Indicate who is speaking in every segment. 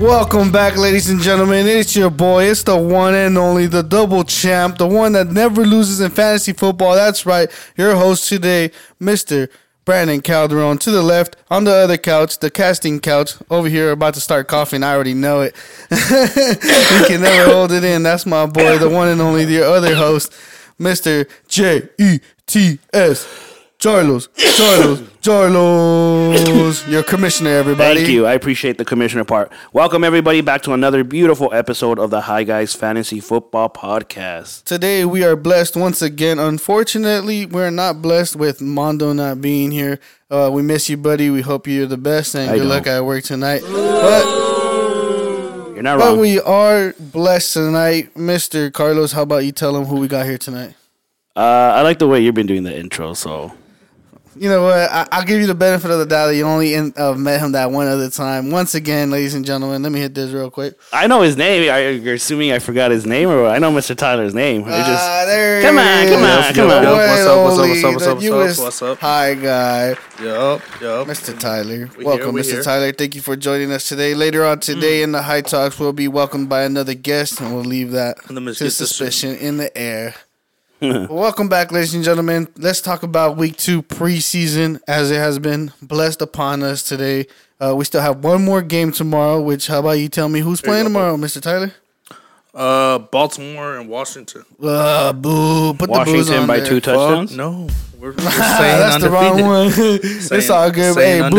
Speaker 1: Welcome back, ladies and gentlemen. It's your boy. It's the one and only, the double champ, the one that never loses in fantasy football. That's right. Your host today, Mr. Brandon Calderon. To the left, on the other couch, the casting couch, over here, about to start coughing. I already know it. you can never hold it in. That's my boy, the one and only, the other host, Mr. J E T S. Jarlos, Jarlos, Jarlos. Your commissioner, everybody.
Speaker 2: Thank you. I appreciate the commissioner part. Welcome everybody back to another beautiful episode of the High Guys Fantasy Football Podcast.
Speaker 1: Today we are blessed once again. Unfortunately, we're not blessed with Mondo not being here. Uh, we miss you, buddy. We hope you're the best and
Speaker 2: I
Speaker 1: good
Speaker 2: know.
Speaker 1: luck at work tonight. But
Speaker 2: You're not
Speaker 1: but
Speaker 2: wrong.
Speaker 1: we are blessed tonight, Mister Carlos. How about you tell him who we got here tonight?
Speaker 2: uh, I like the way you've been doing the intro. So
Speaker 1: You know what? I, I'll give you the benefit of the doubt that you only in, uh, met him that one other time. Once again, ladies and gentlemen, let me hit this real quick.
Speaker 2: I know his name. Are you assuming I forgot his name, or I know Mr. Tyler's name? It
Speaker 3: Uh,
Speaker 2: just
Speaker 1: Ah, there
Speaker 2: Come
Speaker 1: it
Speaker 2: on,
Speaker 1: is.
Speaker 2: come on, come on.
Speaker 1: The
Speaker 2: What's
Speaker 1: one
Speaker 3: up, what's up,
Speaker 1: only,
Speaker 3: what's up, what's
Speaker 1: the
Speaker 3: up, what's up,
Speaker 1: newest
Speaker 3: what's up?
Speaker 1: Hi, guy.
Speaker 3: Yup, yup.
Speaker 1: Mr. Tyler.
Speaker 3: We
Speaker 1: welcome,
Speaker 3: here, Mm. we
Speaker 1: Mr.
Speaker 3: here.
Speaker 1: Tyler. Thank you for joining us today. Later on today in the High Talks, we'll be welcomed by another guest, and we'll leave that
Speaker 3: Let
Speaker 1: to
Speaker 3: me get this-
Speaker 1: suspicion in the air. Well, welcome back, ladies and gentlemen. Let's talk about week two preseason as it has been blessed upon us today. Uh, we still have one more game tomorrow, which how about you tell me who's playing
Speaker 3: you go,
Speaker 1: tomorrow, Mr. Tyler?
Speaker 3: Uh, Baltimore and Washington.
Speaker 1: Uh, boo. Put the booze
Speaker 2: Washington
Speaker 1: on
Speaker 2: by
Speaker 1: there. Ah,
Speaker 2: two touchdowns.
Speaker 3: Fuck no, we're, we're saying
Speaker 1: That's
Speaker 3: undefeated.
Speaker 1: the wrong one. it's
Speaker 3: Saying-
Speaker 1: all good. Hey,
Speaker 3: saying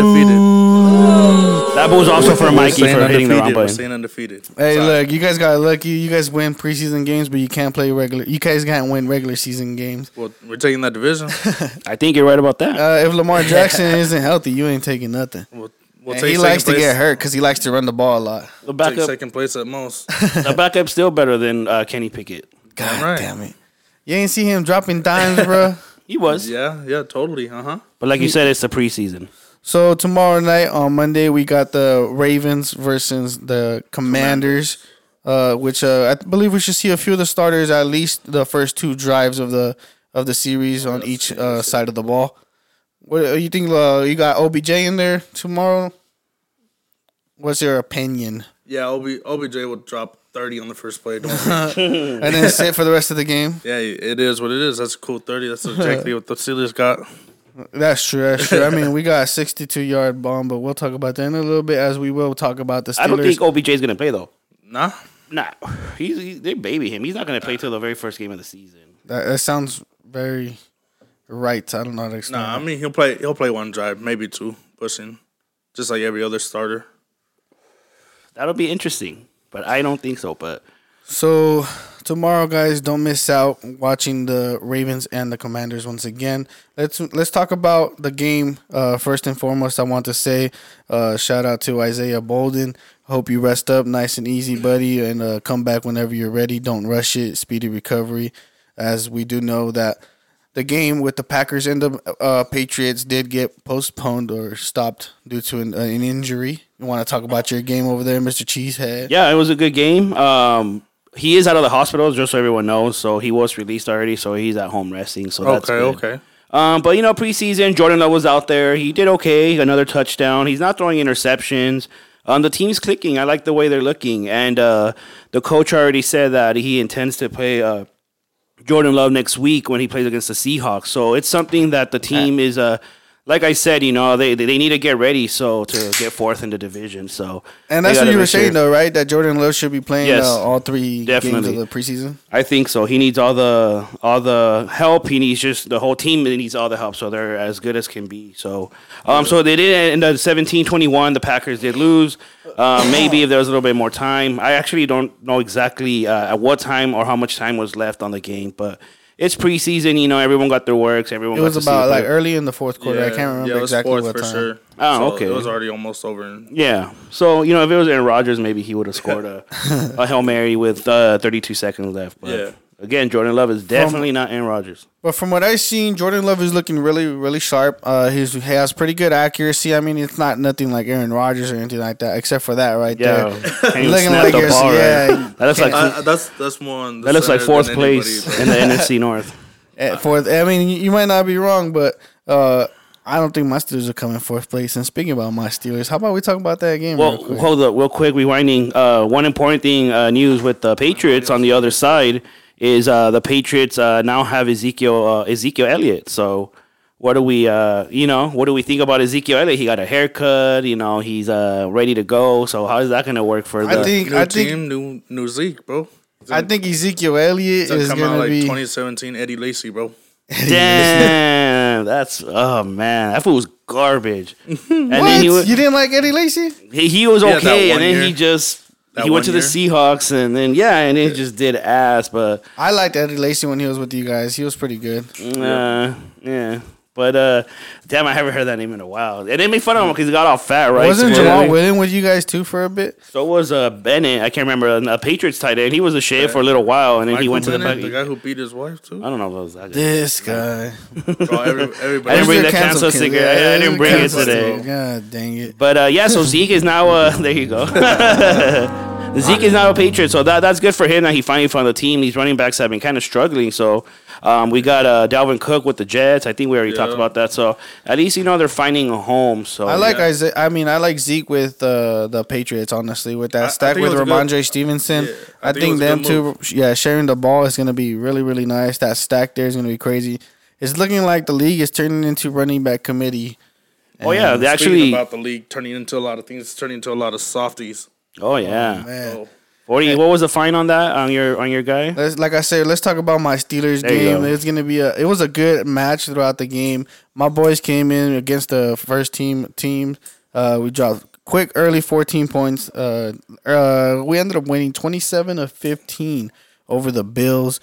Speaker 1: boo.
Speaker 2: That was also for
Speaker 3: We're
Speaker 2: Mikey
Speaker 3: saying
Speaker 2: for hitting the wrong
Speaker 3: undefeated. We're
Speaker 2: button.
Speaker 3: saying undefeated.
Speaker 1: Hey,
Speaker 3: Sorry.
Speaker 1: look, you guys got lucky. You guys win preseason games, but you can't play regular. You guys can't win regular season games.
Speaker 3: Well, we're taking that division.
Speaker 2: I think you're right about that.
Speaker 1: Uh, if Lamar Jackson isn't healthy, you ain't taking nothing.
Speaker 3: We'll, we'll
Speaker 1: And
Speaker 3: take
Speaker 1: he
Speaker 3: second
Speaker 1: likes to
Speaker 3: place,
Speaker 1: get hurt because he likes to run the ball a lot.
Speaker 2: The
Speaker 3: Take
Speaker 2: backup,
Speaker 3: second place at most.
Speaker 2: the backup's still better than uh, Kenny Pickett.
Speaker 1: God
Speaker 3: right.
Speaker 1: damn it! You ain't see him dropping dimes, bro.
Speaker 2: He was,
Speaker 3: yeah, yeah, totally. Uh huh.
Speaker 2: but like you said, it's the preseason.
Speaker 1: So tomorrow night on Monday we got the Ravens versus the Commanders, Uh, which uh, I believe we should see a few of the starters at least the first two drives of the of the series on each uh, side of the ball. What uh, you think? Uh, you got OBJ in there tomorrow. What's your opinion?
Speaker 3: Yeah, OB, OBJ will drop thirty on the first play. Don't worry.
Speaker 1: And then sit for the rest of the game.
Speaker 3: yeah, it is what it is. That's a cool thirty. That's exactly what the Steelers got.
Speaker 1: That's true. That's true. I mean, we got a sixty-two yard bomb, but we'll talk about that in a little bit as we will talk about the Steelers.
Speaker 2: I don't think OBJ is going to play though.
Speaker 3: Nah,
Speaker 2: Nah, he's, he, they baby him. He's not going to play till the very first game of the season.
Speaker 1: That, that sounds very right. I don't know how to explain.
Speaker 3: nah. I
Speaker 1: it.
Speaker 3: mean, he'll play. He'll play one drive, maybe two, pushing, just like every other starter.
Speaker 2: That'll be interesting, but I don't think so. But
Speaker 1: So tomorrow, guys, don't miss out watching the Ravens and the Commanders once again. Let's let's talk about the game uh, first and foremost. I want to say uh, shout out to Isaiah Bolden. Hope you rest up nice and easy, buddy, and uh, come back whenever you're ready. Don't rush it. Speedy recovery, as we do know that the game with the Packers and the uh, Patriots did get postponed or stopped due to an, an injury. You want to talk about your game over there, Mr. Cheesehead?
Speaker 2: yeah, it was a good game. Um, he is out of the hospital, just so everyone knows. So he was released already. So he's at home resting. So that's
Speaker 3: okay,
Speaker 2: good.
Speaker 3: okay.
Speaker 2: Um, but you know, preseason, Jordan Love was out there. He did okay. Another touchdown. He's not throwing interceptions. Um, the team's clicking. I like the way they're looking, and uh, the coach already said that he intends to play uh, Jordan Love next week when he plays against the Seahawks. So it's something that the team is uh, like I said, you know, they they they need to get ready so to get fourth in the division. So
Speaker 1: And
Speaker 2: they
Speaker 1: that's what
Speaker 2: gotta
Speaker 1: you were
Speaker 2: make sure-
Speaker 1: saying, though, right? That Jordan Love should be playing
Speaker 2: Yes,
Speaker 1: uh, all three
Speaker 2: definitely.
Speaker 1: games of the preseason.
Speaker 2: I think so. He needs all the all the help. He needs just the whole team needs all the help, so they're as good as can be. So, um, so they did end up 17-21. The Packers did lose. Uh, maybe if there was a little bit more time. I actually don't know exactly uh, at what time or how much time was left on the game, but it's preseason. You know, everyone got their works. Everyone
Speaker 1: It
Speaker 2: got
Speaker 1: was
Speaker 2: to see
Speaker 1: about
Speaker 2: it,
Speaker 1: like
Speaker 2: but-
Speaker 1: early in the fourth quarter. I can't remember
Speaker 3: yeah, it was
Speaker 1: exactly
Speaker 3: fourth
Speaker 1: what
Speaker 3: for
Speaker 1: time.
Speaker 3: sure.
Speaker 2: Oh,
Speaker 3: So
Speaker 2: okay.
Speaker 3: It was already almost over.
Speaker 2: yeah. So you know, if it was Aaron Rodgers, maybe he would have scored a, a hail mary with uh, thirty two seconds left. But
Speaker 3: Yeah.
Speaker 2: again, Jordan Love is definitely not Aaron Rodgers.
Speaker 1: But from what I've seen, Jordan Love is looking really, really sharp. Uh, he's, he has pretty good accuracy. I mean, it's not nothing like Aaron Rodgers or anything like that, except for that right
Speaker 2: Yeah,
Speaker 1: there.
Speaker 2: Can't even
Speaker 1: Looking
Speaker 2: snap
Speaker 1: like
Speaker 2: the
Speaker 1: you're-
Speaker 2: ball right.
Speaker 1: yeah,
Speaker 2: That looks like
Speaker 1: can't-
Speaker 3: Uh, that's that's more on. The
Speaker 2: that looks like
Speaker 3: center
Speaker 2: fourth
Speaker 3: than
Speaker 2: place
Speaker 3: anybody,
Speaker 2: in the NFC North.
Speaker 1: Eh, Uh, For I mean, you- you might not be wrong, but uh, I don't think my Steelers are coming fourth place. And speaking about my Steelers, how about we talk about that game?
Speaker 2: Well,
Speaker 1: real quick?
Speaker 2: hold up, real quick, rewinding. Uh, one important thing uh, news with the Patriots on the other side is uh, the Patriots uh, now have Ezekiel uh, Ezekiel Elliott. So, what do we, uh, you know, what do we think about Ezekiel Elliott? He got a haircut, you know, he's uh, ready to go. So, how is that going to work for
Speaker 1: I
Speaker 2: the?
Speaker 1: think
Speaker 3: New
Speaker 1: I think
Speaker 3: team, new new Zeke, bro.
Speaker 1: I think Ezekiel Elliott
Speaker 3: That
Speaker 1: is
Speaker 3: come out
Speaker 1: gonna
Speaker 3: like
Speaker 1: be.
Speaker 3: 2017 Eddie Lacy, bro.
Speaker 2: damn, that's oh man, that fool was garbage. and
Speaker 1: what?
Speaker 2: then he was
Speaker 1: you didn't like Eddie Lacy?
Speaker 2: he, he was
Speaker 3: Yeah, that
Speaker 2: okay,
Speaker 3: one
Speaker 2: and then
Speaker 3: year.
Speaker 2: he just.
Speaker 3: That
Speaker 2: He went
Speaker 3: one
Speaker 2: to the
Speaker 3: year.
Speaker 2: Seahawks, and then yeah, and then he just did ass, but
Speaker 1: I liked Eddie Lacy when he was with you guys. He was pretty good.
Speaker 2: Uh, yeah. But uh, damn, I haven't heard that name in a while. And they made fun
Speaker 3: Mm.
Speaker 2: of him because he got all fat, right?
Speaker 1: Wasn't
Speaker 2: so,
Speaker 1: Jamal William with you guys too for a bit?
Speaker 2: so was uh, Bennett. I can't remember a, a Patriots tight end. He was a shit for a little while, and then he
Speaker 3: Michael
Speaker 2: went to
Speaker 3: Bennett,
Speaker 2: the
Speaker 3: the
Speaker 2: Buc-
Speaker 3: guy who beat his wife too.
Speaker 2: I don't know if it was that good.
Speaker 1: This guy.
Speaker 3: Bro, every,
Speaker 2: I didn't
Speaker 3: everybody.
Speaker 2: bring
Speaker 1: He's
Speaker 2: that
Speaker 1: a
Speaker 2: cancel
Speaker 1: kid.
Speaker 2: sticker. I- I
Speaker 1: he's
Speaker 2: didn't
Speaker 1: a
Speaker 2: bring it
Speaker 1: cancel
Speaker 2: today.
Speaker 1: kid. God dang it.
Speaker 2: But uh, yeah, so Zeke is now. Uh, there you go. Zeke is now a Patriot, so that, that's good for him that he finally found the team. These running backs have been kind of struggling, so um, we got uh, Dalvin Cook with the Jets. I think we already talked
Speaker 3: Yeah.
Speaker 2: about that. So at least you know they're finding a home. So
Speaker 1: I like
Speaker 3: Yeah.
Speaker 1: Isaiah. I mean, I like Zeke with uh, the Patriots. Honestly, with that
Speaker 3: I- I
Speaker 1: stack
Speaker 3: think it
Speaker 1: with
Speaker 3: was a good-
Speaker 1: Ramondre Stevenson,
Speaker 3: Yeah,
Speaker 1: I,
Speaker 3: I think it
Speaker 1: think,
Speaker 3: was a
Speaker 1: them
Speaker 3: good
Speaker 1: two, yeah, sharing the ball is going to be really, really nice. That stack there is going to be crazy. It's looking like the league is turning into running back committee.
Speaker 2: oh yeah, they
Speaker 3: Speaking
Speaker 2: actually.
Speaker 3: about the league turning into a lot of things, it's turning into a lot of softies.
Speaker 2: Oh yeah.
Speaker 1: Man.
Speaker 3: So,
Speaker 2: Forty. What was the fine on that on your on your guy?
Speaker 1: Let's, like I said, let's talk about my Steelers
Speaker 2: There you
Speaker 1: game.
Speaker 2: go.
Speaker 1: It's gonna be a. It was a good match throughout the game. My boys came in against the first team team. Uh, we dropped quick early fourteen points. Uh, uh, we ended up winning twenty seven of fifteen over the Bills.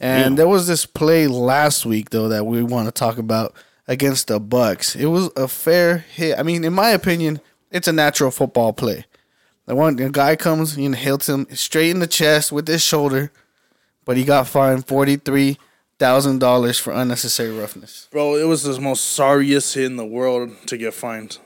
Speaker 1: And there was this play last week though that we want to talk about against the Bucks. It was a fair hit. I mean, in my opinion, it's a natural football play. The one the guy comes and hits him straight in the chest with his shoulder but he got fined forty three thousand dollars for unnecessary roughness.
Speaker 3: bro, it was the most sorriest hit in the world to get fined.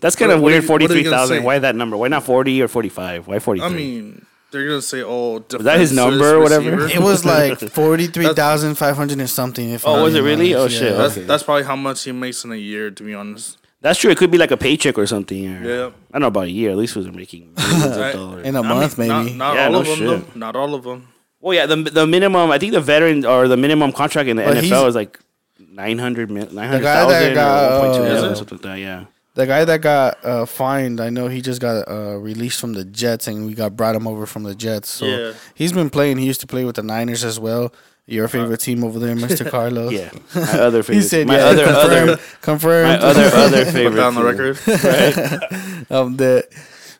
Speaker 2: That's kind of
Speaker 3: What- what
Speaker 2: weird.
Speaker 3: are you- what are
Speaker 2: Forty
Speaker 3: you gonna
Speaker 2: three thousand.
Speaker 3: say?
Speaker 2: Why that number? Why not forty or forty five? Why forty three?
Speaker 3: I mean, they're gonna say, "Oh, was
Speaker 2: that his number or whatever?
Speaker 1: It was like forty three thousand five hundred and something. If
Speaker 2: Oh,
Speaker 1: I'm
Speaker 2: was it
Speaker 1: being
Speaker 2: really?
Speaker 1: honest.
Speaker 2: Oh, shit.
Speaker 1: Yeah.
Speaker 3: That's
Speaker 2: Okay.
Speaker 3: that's probably how much he makes in a year, to be honest.
Speaker 2: that's true. It could be like a paycheck or something. Or,
Speaker 3: Yeah.
Speaker 2: I don't know about a year. At least he was making millions of
Speaker 3: Right.
Speaker 2: dollars.
Speaker 1: In a month,
Speaker 3: I mean,
Speaker 1: maybe.
Speaker 3: Not, not
Speaker 2: Yeah,
Speaker 3: all
Speaker 2: no
Speaker 3: of them.
Speaker 2: shit.
Speaker 3: Though. Not all of them.
Speaker 2: Well, yeah. The the minimum. I think the veteran or the minimum contract in the
Speaker 1: But
Speaker 2: NFL
Speaker 1: he's-
Speaker 2: is like nine hundred nine hundred
Speaker 1: guy that
Speaker 2: thousand or
Speaker 1: got,
Speaker 2: one point two
Speaker 1: uh,
Speaker 2: million or something like that. Yeah.
Speaker 1: the guy that got uh, fined, I know he just got uh, released from the Jets, and we got brought him over from the Jets. So
Speaker 3: Yeah.
Speaker 1: he's been playing. He used to play with the Niners as well. Your favorite team over there, Mister Carlos.
Speaker 2: Uh, Yeah. My other favorite.
Speaker 1: He said,
Speaker 2: my
Speaker 1: yeah,
Speaker 2: other
Speaker 1: confirmed,
Speaker 2: other
Speaker 1: confirmed.
Speaker 2: my other other favorite.
Speaker 3: Put that on the
Speaker 2: team.
Speaker 3: record.
Speaker 1: of that.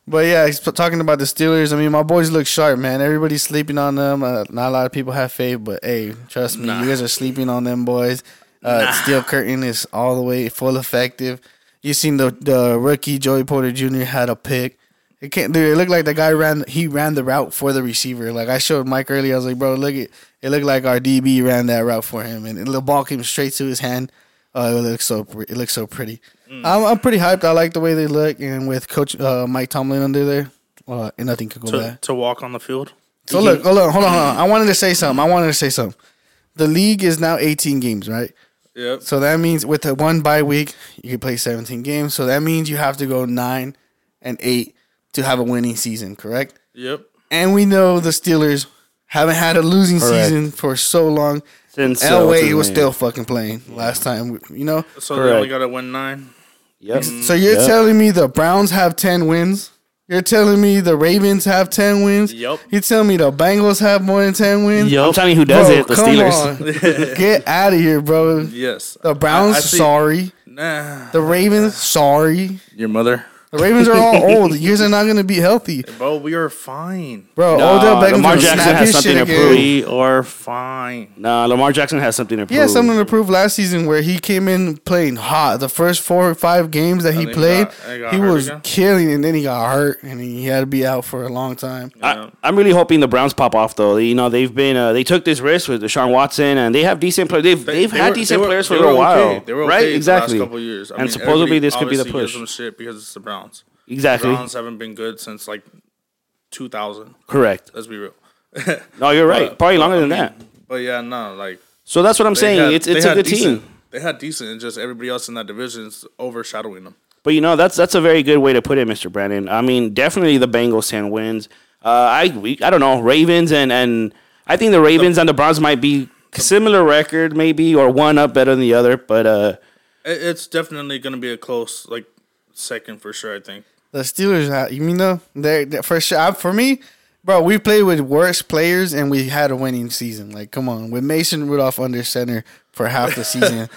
Speaker 1: But yeah, he's p- talking about the Steelers. I mean, my boys look sharp, man. Everybody's sleeping on them. Uh, not a lot of people have faith, but hey, trust me, you guys are sleeping on them boys. Uh, Steel curtain is all the way full effective. You seen the the rookie Joey Porter Jr. had a pick. It can't dude, it looked like the guy ran he ran the route for the receiver. Like I showed Mike earlier, I was like, bro, look it it looked like our DB ran that route for him and the ball came straight to his hand. Oh, it looks so pre- it looks so pretty. I'm, I'm pretty hyped. I like the way they look and with coach uh, Mike Tomlin under there, uh, nothing could go bad.
Speaker 3: to, to walk on the field.
Speaker 1: So look, hold on, hold on, hold on. I wanted to say something. I wanted to say something. The league is now 18 games, right?
Speaker 3: Yep.
Speaker 1: So that means with the one bye week, you can play 17 games. So that means you have to go nine and eight to have a winning season, correct?
Speaker 3: Yep.
Speaker 1: And we know the Steelers haven't had a losing
Speaker 2: Correct.
Speaker 1: season for so long.
Speaker 2: Since uh, what's
Speaker 1: Elway
Speaker 2: his
Speaker 1: was
Speaker 2: name?
Speaker 1: still fucking playing last time, you know.
Speaker 3: So
Speaker 2: Correct.
Speaker 3: they only gotta win nine.
Speaker 2: Yep.
Speaker 1: So you're
Speaker 2: Yep.
Speaker 1: telling me the Browns have 10 wins? You're telling me the Ravens have 10 wins?
Speaker 3: Yup.
Speaker 1: You're telling me the Bengals have more than 10 wins?
Speaker 2: I'm telling you who does
Speaker 1: Bro,
Speaker 2: it. The
Speaker 1: come
Speaker 2: Steelers.
Speaker 1: on. Get out of here, bro.
Speaker 3: Yes.
Speaker 1: The Browns,
Speaker 3: I- I see-
Speaker 1: sorry.
Speaker 3: Nah.
Speaker 1: The Ravens, sorry.
Speaker 3: Your mother.
Speaker 1: The Ravens are all old. You guys are not going to be healthy.
Speaker 3: Bro, we are fine.
Speaker 1: Bro,
Speaker 2: Nah,
Speaker 1: Odell Beckham
Speaker 2: Lamar
Speaker 1: gonna
Speaker 2: Jackson
Speaker 1: snap
Speaker 2: has
Speaker 1: his
Speaker 2: something
Speaker 1: shit
Speaker 2: to
Speaker 1: again.
Speaker 2: prove.
Speaker 3: We are fine.
Speaker 2: Nah, Lamar Jackson has something to prove.
Speaker 1: He had something to prove last season where he came in playing hot. The first four or five games that he
Speaker 3: then he
Speaker 1: played,
Speaker 3: got- he got
Speaker 1: he
Speaker 3: hurt
Speaker 1: was
Speaker 3: again.
Speaker 1: killing, and then he got hurt, and he had to be out for a long time.
Speaker 2: I,
Speaker 3: Yeah.
Speaker 2: I'm really hoping the Browns pop off though. You know they've been uh, they took this risk with Deshaun Watson and they have decent players. They've they, have
Speaker 3: They
Speaker 2: had
Speaker 3: were-
Speaker 2: decent
Speaker 3: they were-
Speaker 2: players for
Speaker 3: they
Speaker 2: a little
Speaker 3: were
Speaker 2: while,
Speaker 3: okay. They were
Speaker 2: right?
Speaker 3: okay
Speaker 2: exactly.
Speaker 3: The last couple of years. I
Speaker 2: and
Speaker 3: mean,
Speaker 2: supposedly
Speaker 3: everybody
Speaker 2: this could be the
Speaker 3: obviously gives
Speaker 2: push.
Speaker 3: them shit because it's the Browns.
Speaker 2: Exactly.
Speaker 3: The Browns haven't been good since like 2000.
Speaker 2: Correct.
Speaker 3: Let's be real.
Speaker 2: No, you're right. Probably longer than that.
Speaker 3: But yeah, no, like
Speaker 2: So that's what I'm saying.
Speaker 3: had-
Speaker 2: it's
Speaker 3: they
Speaker 2: it's a
Speaker 3: had
Speaker 2: good
Speaker 3: decent-
Speaker 2: team.
Speaker 3: They had decent, and just everybody else in that division is overshadowing them.
Speaker 2: But you know, that's that's a very good way to put it, Mr. Brandon. I mean, definitely the Bengals ten wins. Uh, I we, I don't know Ravens and and I think the Ravens and the Browns might be similar record maybe or one up better than the other. But uh,
Speaker 3: It, it's definitely going to be a close like second for sure. I think.
Speaker 1: The Steelers, uh, you mean though? They're, they're- for sure. I- For me, bro, we played with worse players and we had a winning season. Like, come on, with Mason Rudolph under center for half the season.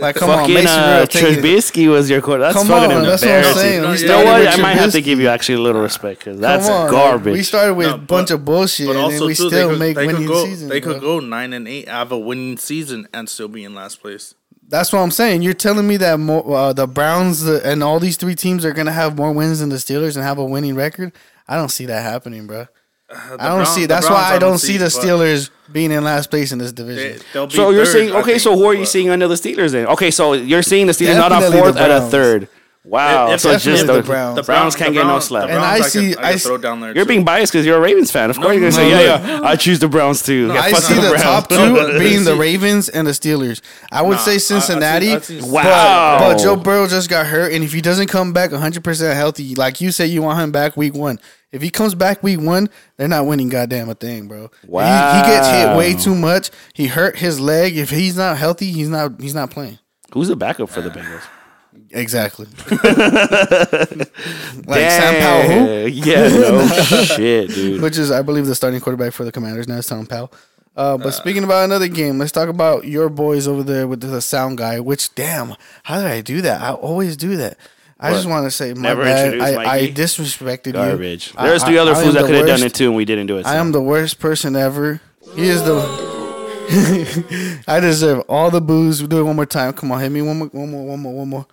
Speaker 1: Like, come on,
Speaker 2: fucking
Speaker 1: Mason
Speaker 2: uh,
Speaker 1: Rudolph. take it.
Speaker 2: Trubisky was your quarterback. That's
Speaker 1: Come
Speaker 2: fucking
Speaker 1: on, that's what I'm
Speaker 2: embarrassing.
Speaker 1: saying.
Speaker 3: No,
Speaker 1: We
Speaker 3: you
Speaker 2: You know
Speaker 1: started
Speaker 2: what?
Speaker 1: with
Speaker 2: I might have to
Speaker 1: Trubisky.
Speaker 2: give you actually a little respect because
Speaker 1: Come
Speaker 2: that's
Speaker 1: on, like,
Speaker 2: garbage.
Speaker 1: we started with a
Speaker 3: No, but-
Speaker 1: bunch of bullshit
Speaker 3: But
Speaker 1: and then
Speaker 3: also
Speaker 1: we
Speaker 3: too,
Speaker 1: still
Speaker 3: they could,
Speaker 1: make
Speaker 3: they
Speaker 1: winning
Speaker 3: could go
Speaker 1: season.
Speaker 3: they could
Speaker 1: bro.
Speaker 3: go nine and eight, have a winning season, and still be in last place.
Speaker 1: That's what I'm saying. You're telling me that mo- uh, the Browns the, and all these three teams are gonna have more wins than the Steelers and have a winning record. I don't see that happening, bro. I don't
Speaker 3: Brown-
Speaker 1: see.
Speaker 3: Uh, the
Speaker 1: That's
Speaker 3: Browns,
Speaker 1: why I don't
Speaker 3: don't
Speaker 1: see
Speaker 3: see,
Speaker 1: the
Speaker 3: but-
Speaker 1: Steelers being in last place in this division.
Speaker 3: they'll be
Speaker 2: so you you're
Speaker 3: third,
Speaker 2: saying
Speaker 3: I
Speaker 2: okay?
Speaker 3: think,
Speaker 2: so who are you
Speaker 3: but-
Speaker 2: seeing under the Steelers then? Okay, so you're seeing the Steelers not a
Speaker 1: Definitely
Speaker 2: fourth
Speaker 1: the
Speaker 2: and a
Speaker 1: Browns.
Speaker 2: third. Wow,
Speaker 3: If-
Speaker 2: so
Speaker 3: if-
Speaker 2: just
Speaker 1: if
Speaker 2: the,
Speaker 1: the Browns-
Speaker 2: the
Speaker 1: the
Speaker 2: Browns can't
Speaker 3: the
Speaker 2: get no
Speaker 3: Browns-
Speaker 2: slap.
Speaker 3: The
Speaker 1: And
Speaker 3: Browns,
Speaker 1: I
Speaker 3: I, could-
Speaker 1: see-
Speaker 3: I,
Speaker 1: I
Speaker 3: could
Speaker 1: see-
Speaker 3: throw down there.
Speaker 2: You're
Speaker 3: too.
Speaker 2: being biased because you're a Ravens fan. Of course, you're gonna
Speaker 1: no,
Speaker 2: say, yeah,
Speaker 1: look.
Speaker 2: yeah, I choose the Browns too. yeah,
Speaker 1: I
Speaker 2: fuck
Speaker 1: see the
Speaker 2: Browns.
Speaker 1: top
Speaker 3: No,
Speaker 1: two
Speaker 3: but-
Speaker 1: being the
Speaker 3: See-
Speaker 1: Ravens and the Steelers. I would
Speaker 3: I-
Speaker 1: say
Speaker 3: I
Speaker 1: Cincinnati.
Speaker 3: see- I see-
Speaker 1: but-
Speaker 2: Wow.
Speaker 1: But, Joe Burrow just got hurt, and if he doesn't come back 100% healthy, like you say, you want him back week one. If he comes back week one, they're not winning goddamn a thing, bro. He, he gets hit
Speaker 2: Wow.
Speaker 1: way too much. He hurt his leg. If he's not healthy, he's not he's not playing.
Speaker 2: Who's the backup for the Bengals?
Speaker 1: Exactly. like Sam Powell, who?
Speaker 2: Dang. Yeah, no shit, dude.
Speaker 1: which is, I believe, the starting quarterback for the Commanders now is Sam Powell. Uh, but speaking about another game, let's talk about your boys over there with the sound guy. Which, damn, how did I do that? I always do that. I just want to say, my
Speaker 2: Never
Speaker 1: bad.
Speaker 2: introduce
Speaker 1: I, I
Speaker 2: Mikey?
Speaker 1: disrespected
Speaker 2: Garbage.
Speaker 1: you. I-
Speaker 2: There's
Speaker 1: I-
Speaker 2: three other
Speaker 1: I am
Speaker 2: fools that
Speaker 1: the
Speaker 2: could have done
Speaker 1: worst-
Speaker 2: it too, and we didn't do it.
Speaker 1: I
Speaker 2: so.
Speaker 1: am the worst person ever. He is the. I deserve all the booze. We'll do it one more time. Come on, hit me one more, one more, one more, one more.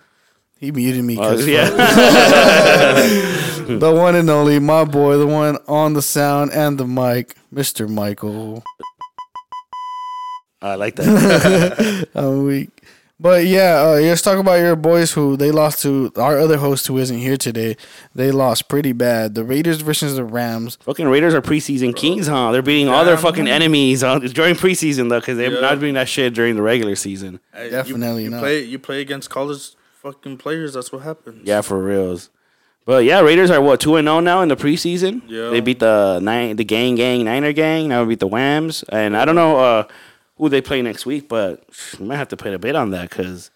Speaker 1: He muted me.
Speaker 2: Uh,
Speaker 1: cause
Speaker 2: yeah.
Speaker 1: The one and only, my boy, the one on the sound and the mic, Mr. Michael.
Speaker 2: I like that.
Speaker 1: I'm weak. But yeah, uh, let's talk about your boys who they lost to our other host who isn't here today. They lost pretty bad. The Raiders versus the Rams.
Speaker 2: fucking Raiders are preseason kings, huh? They're beating all their fucking enemies uh, during preseason though, because they're
Speaker 3: Yeah.
Speaker 2: not doing that shit during the regular season.
Speaker 3: Hey, Uh, you-
Speaker 1: Definitely
Speaker 3: you,
Speaker 1: not.
Speaker 3: Play, you play against college fucking players. That's what happens.
Speaker 2: Yeah, for reals. But yeah, Raiders are what two and zero now in the preseason.
Speaker 3: Yeah.
Speaker 2: they beat the nine, the gang, gang, Niner gang. Now we beat the Whams, and I don't know uh, who they play next week, but we might have to put a bid on that because.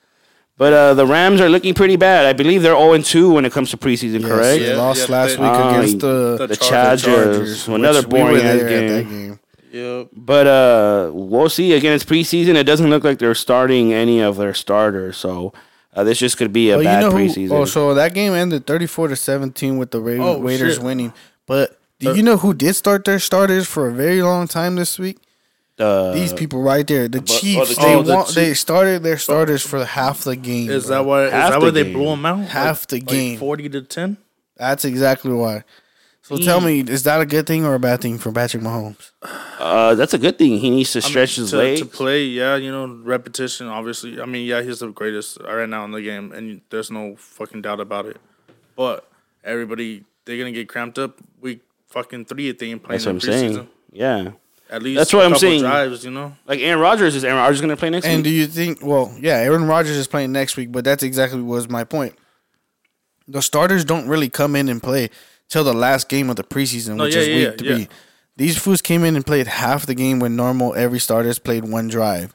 Speaker 2: But uh, the Rams are looking pretty bad. I believe they're zero two when it comes to preseason,
Speaker 1: Yes,
Speaker 2: correct?
Speaker 1: They
Speaker 3: Yeah,
Speaker 1: lost
Speaker 3: yeah,
Speaker 1: last
Speaker 3: they-
Speaker 1: week
Speaker 2: Ah,
Speaker 1: against the,
Speaker 2: The,
Speaker 3: The
Speaker 2: Chargers,
Speaker 3: Chargers,
Speaker 1: Chargers.
Speaker 2: well, another
Speaker 1: which we were
Speaker 2: boring ass
Speaker 1: there at that
Speaker 2: game.
Speaker 1: game.
Speaker 3: Yep.
Speaker 2: But uh, we'll see. Again, it's preseason. It doesn't look like they're starting any of their starters, so uh, this just could be a
Speaker 1: But you
Speaker 2: bad
Speaker 1: know
Speaker 2: preseason.
Speaker 1: who? Oh, so that game ended thirty-four to seventeen with the Ra-
Speaker 3: Oh,
Speaker 1: Raiders
Speaker 3: shit.
Speaker 1: winning. But do you know who did start their starters for a very long time this week?
Speaker 2: Uh,
Speaker 1: These people right there, the
Speaker 2: oh,
Speaker 1: Chiefs.
Speaker 2: the
Speaker 1: they want.
Speaker 3: Chiefs. Oh, the
Speaker 1: They started their starters for half the game.
Speaker 3: Is
Speaker 1: bro.
Speaker 3: that why? Is
Speaker 2: Half
Speaker 3: that
Speaker 2: the
Speaker 3: why they
Speaker 2: game.
Speaker 3: blew them out?
Speaker 1: Half the
Speaker 3: Like- like
Speaker 1: game.
Speaker 3: Forty to ten.
Speaker 1: That's exactly why. So
Speaker 3: Mm.
Speaker 1: tell me, is that a good thing or a bad thing for Patrick Mahomes?
Speaker 2: uh, that's a good thing. He needs to stretch his
Speaker 3: to,
Speaker 2: legs.
Speaker 3: to play. Yeah, you know, repetition. Obviously, I mean, yeah, he's the greatest right now in the game, and there's no fucking doubt about it. But everybody, they're gonna get cramped up week fucking three if they ain't playing
Speaker 2: That's what I'm
Speaker 3: in preseason.
Speaker 2: saying. Yeah.
Speaker 3: At least
Speaker 2: That's what
Speaker 3: a
Speaker 2: I'm
Speaker 3: couple
Speaker 2: saying.
Speaker 3: Drives, you know.
Speaker 2: Like Aaron Rodgers is Aaron Rodgers going to play next
Speaker 1: And do
Speaker 2: week?
Speaker 1: you think? Well, yeah, Aaron Rodgers is playing next week, but that's exactly was my point. The starters don't really come in and play till the last game of the preseason, which
Speaker 3: yeah,
Speaker 1: is
Speaker 3: yeah,
Speaker 1: week
Speaker 3: yeah,
Speaker 1: three.
Speaker 3: yeah.
Speaker 1: These fools came in and played half the game when normal every starters played one drive.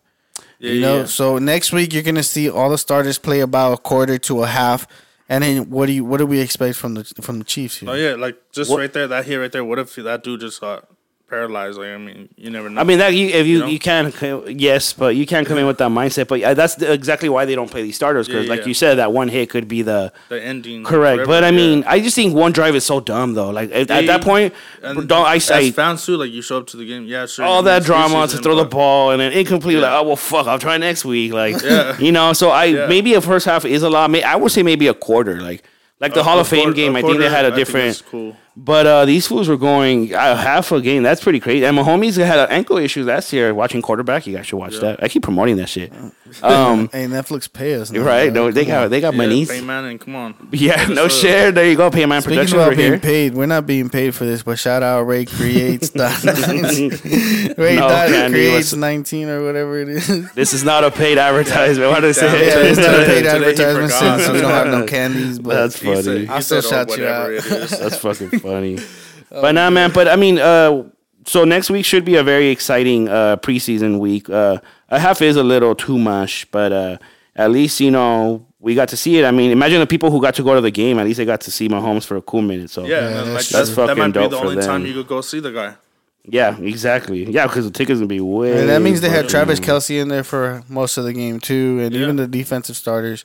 Speaker 3: Yeah,
Speaker 1: You
Speaker 3: yeah,
Speaker 1: know,
Speaker 3: yeah.
Speaker 1: so next week you're gonna see all the starters play about a quarter to a half, and then what do you what do we expect from the from the Chiefs here?
Speaker 3: Oh yeah, like just
Speaker 2: What-
Speaker 3: right there, that hit right there. What if that dude just got paralyzed? Like I mean, you never know.
Speaker 2: I mean, that you, if you, you,
Speaker 3: know?
Speaker 2: can, yes, but you can't come in with that mindset. But uh, that's the, exactly why they don't play these starters because,
Speaker 3: Yeah,
Speaker 2: like
Speaker 3: yeah.
Speaker 2: you said, that one hit could be the
Speaker 3: the ending.
Speaker 2: correct.
Speaker 3: whatever,
Speaker 2: But I
Speaker 3: yeah.
Speaker 2: mean, I just think one drive is so dumb though. Like at, at
Speaker 3: Yeah,
Speaker 2: that point,
Speaker 3: And
Speaker 2: don't I
Speaker 3: as
Speaker 2: say
Speaker 3: fans too? Like you show up to the game, yeah, sure.
Speaker 2: all
Speaker 3: it's
Speaker 2: that drama to
Speaker 3: preseason,
Speaker 2: throw the
Speaker 3: but-
Speaker 2: ball and then incomplete?
Speaker 3: Yeah.
Speaker 2: Like, oh well, fuck, I'll try next week. Like,
Speaker 3: Yeah.
Speaker 2: you know. So I maybe a first half is a lot. May, I would say maybe a quarter. Like, like the
Speaker 3: a
Speaker 2: Hall of Fame
Speaker 3: quarter-
Speaker 2: game,
Speaker 3: a
Speaker 2: I think they
Speaker 3: quarter,
Speaker 2: had
Speaker 3: I
Speaker 2: a
Speaker 3: think
Speaker 2: different.
Speaker 3: it's cool.
Speaker 2: But uh, these fools were going uh, half a game. That's pretty crazy. And Mahomes had an ankle issue last year watching quarterback. You guys should watch that. I keep promoting that shit. Um,
Speaker 1: Hey, Netflix pay us. now,
Speaker 2: right?
Speaker 1: bro.
Speaker 2: No, they got they got
Speaker 3: Yeah,
Speaker 2: monies.
Speaker 3: Pay man and come on.
Speaker 2: Yeah, no
Speaker 3: So-
Speaker 2: share. There you go, Pay Man
Speaker 1: Speaking
Speaker 2: Productions
Speaker 1: about
Speaker 2: right
Speaker 1: being
Speaker 2: here.
Speaker 1: paid, we're not being paid for this, but shout out Ray creates dot Ray
Speaker 2: No,
Speaker 1: dot
Speaker 2: Candy,
Speaker 1: creates
Speaker 2: what's-
Speaker 1: nineteen or whatever it is. Yeah,
Speaker 2: this is not a paid advertisement. What did I
Speaker 1: it's
Speaker 2: say?
Speaker 1: not a paid
Speaker 3: Today he
Speaker 1: advertisement
Speaker 3: forgot.
Speaker 1: since we don't have no candies, but
Speaker 2: That's
Speaker 3: He said-
Speaker 2: funny.
Speaker 3: he
Speaker 1: I still
Speaker 3: said, "Oh,
Speaker 1: shout you
Speaker 3: whatever
Speaker 1: out."
Speaker 3: it is."
Speaker 2: That's fucking funny.
Speaker 1: Oh,
Speaker 2: but nah, man. But I mean, uh, so next week should be a very exciting uh, preseason week. Uh, a half is a little too much, but uh, at least you know we got to see it. I mean, imagine the people who got to go to the game. At least they got to see Mahomes for a cool minute. So
Speaker 3: Yeah, and then,
Speaker 1: that's
Speaker 3: like,
Speaker 1: true.
Speaker 3: that's,
Speaker 1: That's
Speaker 3: that
Speaker 2: fucking
Speaker 3: might be
Speaker 2: dope
Speaker 3: the
Speaker 2: for
Speaker 3: only time
Speaker 2: them.
Speaker 3: you could go see the guy.
Speaker 2: yeah, exactly. Yeah, because the tickets gonna be way.
Speaker 1: And that means they had
Speaker 2: fucking-
Speaker 1: Travis Kelsey in there for most of the game too, and
Speaker 3: Yeah.
Speaker 1: even the defensive starters.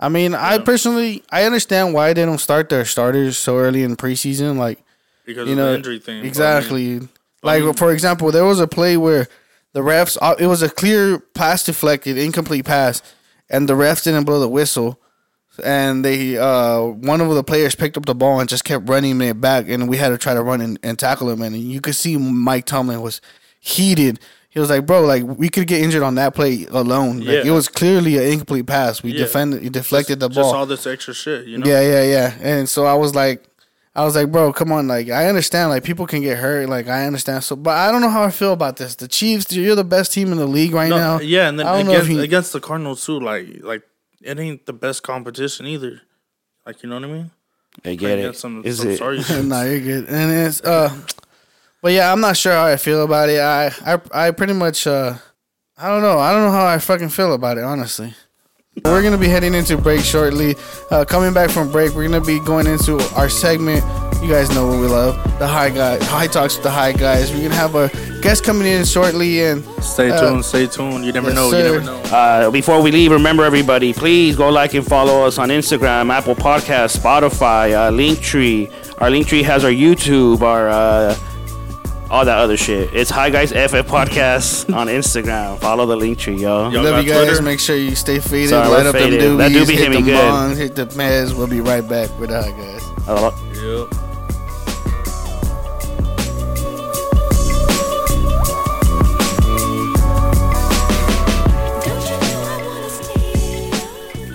Speaker 1: I mean, I personally I understand why they don't start their starters so early in preseason, like
Speaker 3: Because
Speaker 1: you
Speaker 3: of
Speaker 1: know
Speaker 3: the injury thing. but I mean,
Speaker 1: Exactly.
Speaker 3: I
Speaker 1: like
Speaker 3: mean-
Speaker 1: for example, there was a play where the refs uh, it was a clear pass deflected, incomplete pass, and the refs didn't blow the whistle. And they uh one of the players picked up the ball and just kept running it back and we had to try to run and, and tackle him and you could see Mike Tomlin was heated. He was like, Bro, like we could get injured on that play alone. Like
Speaker 3: Yeah.
Speaker 1: it was clearly an incomplete pass. We
Speaker 3: Yeah.
Speaker 1: defended you deflected the ball.
Speaker 3: just all this extra shit, you know?
Speaker 1: Yeah, yeah, yeah. And so I was like, I was like, bro, come on. Like, I understand. Like, people can get hurt. Like, I understand. So, but I don't know how I feel about this. The Chiefs, you're the best team in the league right
Speaker 3: No,
Speaker 1: now.
Speaker 3: yeah, and then
Speaker 1: I don't know
Speaker 3: against,
Speaker 1: if he-
Speaker 3: against the Cardinals too, like like it ain't the best competition either. Like you know what I mean?
Speaker 2: I get it.
Speaker 3: Against some,
Speaker 2: Is
Speaker 3: some
Speaker 2: it?
Speaker 3: sorry shit.
Speaker 1: no, you're good. And it's uh, but yeah, I'm not sure how I feel about it. I, I, I pretty much uh, I don't know. I don't know how I fucking feel about it, honestly. We're gonna be heading into break shortly. Uh, coming back from break, we're gonna be going into our segment. You guys know what we love, the high guy, high talks with the high guys. We're gonna have a guest coming in shortly, and
Speaker 3: Stay
Speaker 1: Uh,
Speaker 3: tuned, stay tuned. You never
Speaker 1: yes,
Speaker 3: know,
Speaker 1: sir.
Speaker 3: you never know.
Speaker 2: Uh, before we leave, remember everybody, please go like and follow us on Instagram, Apple Podcasts, Spotify, uh, Linktree. Our Linktree has our YouTube, our uh, all that other shit. It's Hi Guys FF Podcast on Instagram. Follow the Linktree, yo.
Speaker 3: Yo.
Speaker 1: love
Speaker 3: got
Speaker 1: you guys.
Speaker 3: Twitter?
Speaker 1: Make sure you stay faded.
Speaker 2: Sorry,
Speaker 1: light
Speaker 2: we're
Speaker 1: up
Speaker 2: faded.
Speaker 1: them doobies.
Speaker 2: That doobie
Speaker 1: hit
Speaker 2: hit me
Speaker 1: them
Speaker 2: good.
Speaker 1: bongs, hit the meds. We'll be right back with the high guys.
Speaker 2: Uh,
Speaker 3: Yep.
Speaker 4: Don't you know I wanna stay with you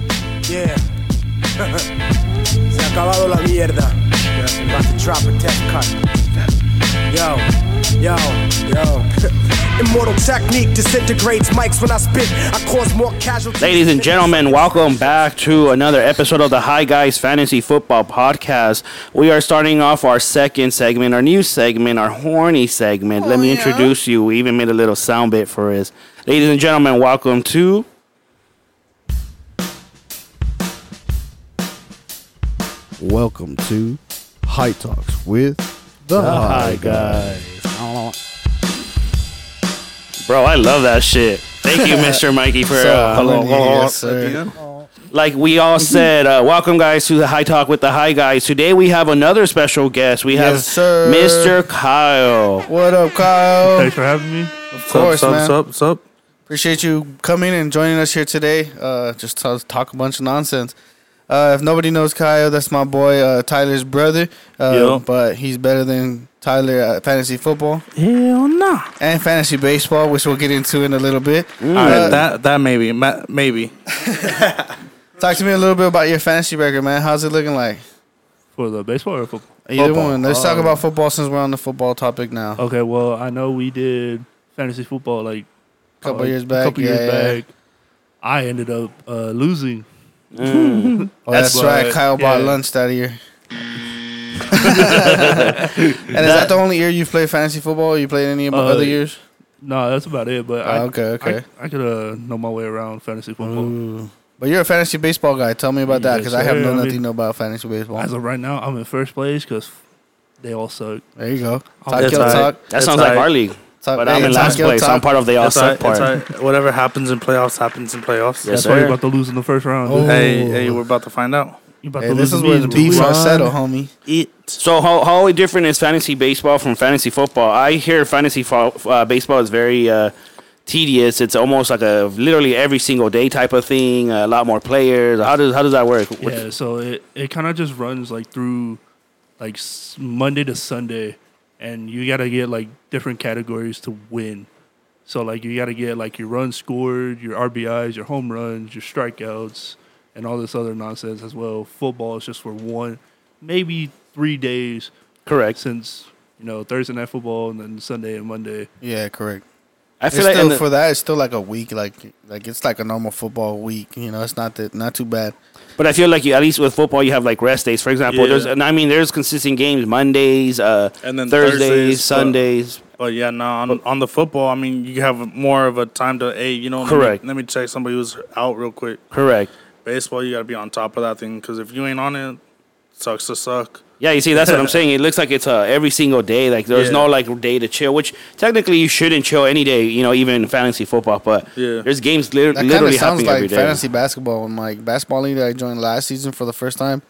Speaker 4: forever?
Speaker 5: Yeah. Se ha acabado la mierda. About to drop a death cut. Yo, yo, yo. Immortal technique disintegrates mics when I spit. I cause more casualties.
Speaker 2: Ladies and gentlemen, welcome back to another episode of the High Guys Fantasy Football Podcast. We are starting off our second segment, our new segment, our horny segment. Let me introduce you. We even made a little sound bit for us. Ladies and gentlemen, welcome to
Speaker 1: Welcome to High Talks with the,
Speaker 2: High Guys. Bro, I love that shit. Thank you, Mr. Mikey, for uh,
Speaker 1: Yes,
Speaker 3: At the
Speaker 1: sir.
Speaker 3: end?
Speaker 2: like we all
Speaker 1: Mm-hmm.
Speaker 2: said, uh, welcome guys to the High Talk with the High Guys. Today we have another special guest. We have
Speaker 1: Yes, sir.
Speaker 2: Mr. Kyle.
Speaker 1: What up, Kyle?
Speaker 6: Thanks for having me.
Speaker 1: Of course,
Speaker 3: sup,
Speaker 1: man.
Speaker 3: sup, sup.
Speaker 1: Appreciate you coming and joining us here today. Uh, just to talk a bunch of nonsense. Uh, if nobody knows Kyle, that's my boy uh, Tyler's brother. Uh,
Speaker 3: Yeah.
Speaker 1: But he's better than Tyler at fantasy football
Speaker 3: Hell nah.
Speaker 1: and fantasy baseball, which we'll get into in a little bit. Uh,
Speaker 3: All right, Mm. that that maybe, ma- maybe.
Speaker 1: Talk to me a little bit about your fantasy record, man. How's it looking like?
Speaker 6: For the baseball or football? Oh,
Speaker 1: Either
Speaker 3: Football.
Speaker 1: one. Let's talk
Speaker 6: Um,
Speaker 1: about football since we're on the football topic now.
Speaker 6: Okay, well, I know we did fantasy football like
Speaker 1: Couple
Speaker 6: like,
Speaker 1: years back,
Speaker 6: oh, couple years
Speaker 1: yeah, yeah.
Speaker 6: back. I ended up uh, losing.
Speaker 2: Mm.
Speaker 1: Oh, that's,
Speaker 6: That's
Speaker 1: right.
Speaker 6: what-
Speaker 1: Kyle bought
Speaker 6: yeah.
Speaker 1: lunch that year. and is that the only year you played fantasy football? Or you played any of
Speaker 6: Uh,
Speaker 1: other years?
Speaker 6: No, that's about it. But I,
Speaker 1: Oh, okay, okay.
Speaker 6: I, I could uh, know my way around fantasy football.
Speaker 1: But you're a fantasy baseball guy. Tell me about that
Speaker 6: Yes,
Speaker 1: because I have
Speaker 6: sir.
Speaker 1: no
Speaker 6: I mean-
Speaker 1: nothing know about fantasy baseball.
Speaker 6: As of right now, I'm in first place because they all suck.
Speaker 1: there you go.
Speaker 6: Oh,
Speaker 1: Talk,
Speaker 6: that's
Speaker 1: your
Speaker 3: all right.
Speaker 1: talk.
Speaker 2: That
Speaker 3: It's
Speaker 2: sounds like
Speaker 3: alright.
Speaker 2: our league,
Speaker 1: talk.
Speaker 2: but
Speaker 1: hey,
Speaker 2: I'm in
Speaker 1: talk
Speaker 2: last
Speaker 1: your
Speaker 2: place.
Speaker 1: talk.
Speaker 2: I'm part of the all
Speaker 3: That's all right,
Speaker 2: suck
Speaker 3: that's
Speaker 2: part.
Speaker 3: all right. Whatever happens in playoffs happens in
Speaker 2: Yes,
Speaker 3: playoffs.
Speaker 6: that's why you're
Speaker 2: sir.
Speaker 6: about to lose in the first round. dude.
Speaker 1: Oh.
Speaker 3: Hey, hey, we're about to find out.
Speaker 6: You about
Speaker 1: Hey,
Speaker 6: to
Speaker 1: this
Speaker 6: lose
Speaker 1: is
Speaker 6: to me
Speaker 1: where
Speaker 6: in
Speaker 1: the
Speaker 6: two
Speaker 1: beefs are
Speaker 6: weeks.
Speaker 1: settled, homie.
Speaker 3: It.
Speaker 2: So how how different is fantasy baseball from fantasy football? I hear fantasy fo- uh, baseball is very uh, tedious. It's almost like a literally every single day type of thing. A lot more players. How does how does that work? What-
Speaker 6: Yeah, so it, it kind of just runs like through like s- Monday to Sunday, and you gotta get like different categories to win. So like you gotta get like your runs scored, your RBIs, your home runs, your strikeouts, and all this other nonsense as well. Football is just for one, maybe three days.
Speaker 2: Correct.
Speaker 6: Since you know Thursday night football and then Sunday and Monday.
Speaker 1: Yeah, correct.
Speaker 2: I
Speaker 1: It's
Speaker 2: feel like in
Speaker 1: still,
Speaker 2: the-
Speaker 1: for that, it's still like a week. Like like it's like a normal football week. You know, it's not that not too bad.
Speaker 2: But I feel like you, at least with football, you have like rest days. For example,
Speaker 3: Yeah.
Speaker 2: there's and I mean there's consistent games Mondays, uh,
Speaker 3: And then
Speaker 2: Thursdays,
Speaker 3: Thursdays, but-
Speaker 2: Sundays.
Speaker 3: But yeah, no, on, on the football, I mean, you have more of a time to, hey, you know, let me-
Speaker 2: Correct.
Speaker 3: Let me, check somebody who's out real quick.
Speaker 2: Correct.
Speaker 3: Baseball, you got to be on top of that thing because if you ain't on it, sucks to suck.
Speaker 2: Yeah, you see, that's what I'm saying. It looks like it's uh, every single day. Like there's
Speaker 3: Yeah.
Speaker 2: no like day to chill, which technically you shouldn't chill any day. You know, even fantasy football. But
Speaker 3: Yeah.
Speaker 2: there's games
Speaker 1: That
Speaker 2: lit-
Speaker 1: kind of
Speaker 2: literally
Speaker 1: sounds
Speaker 2: happening every
Speaker 1: like
Speaker 2: day.
Speaker 1: fantasy basketball. And like basketball league that I joined last season for the first time,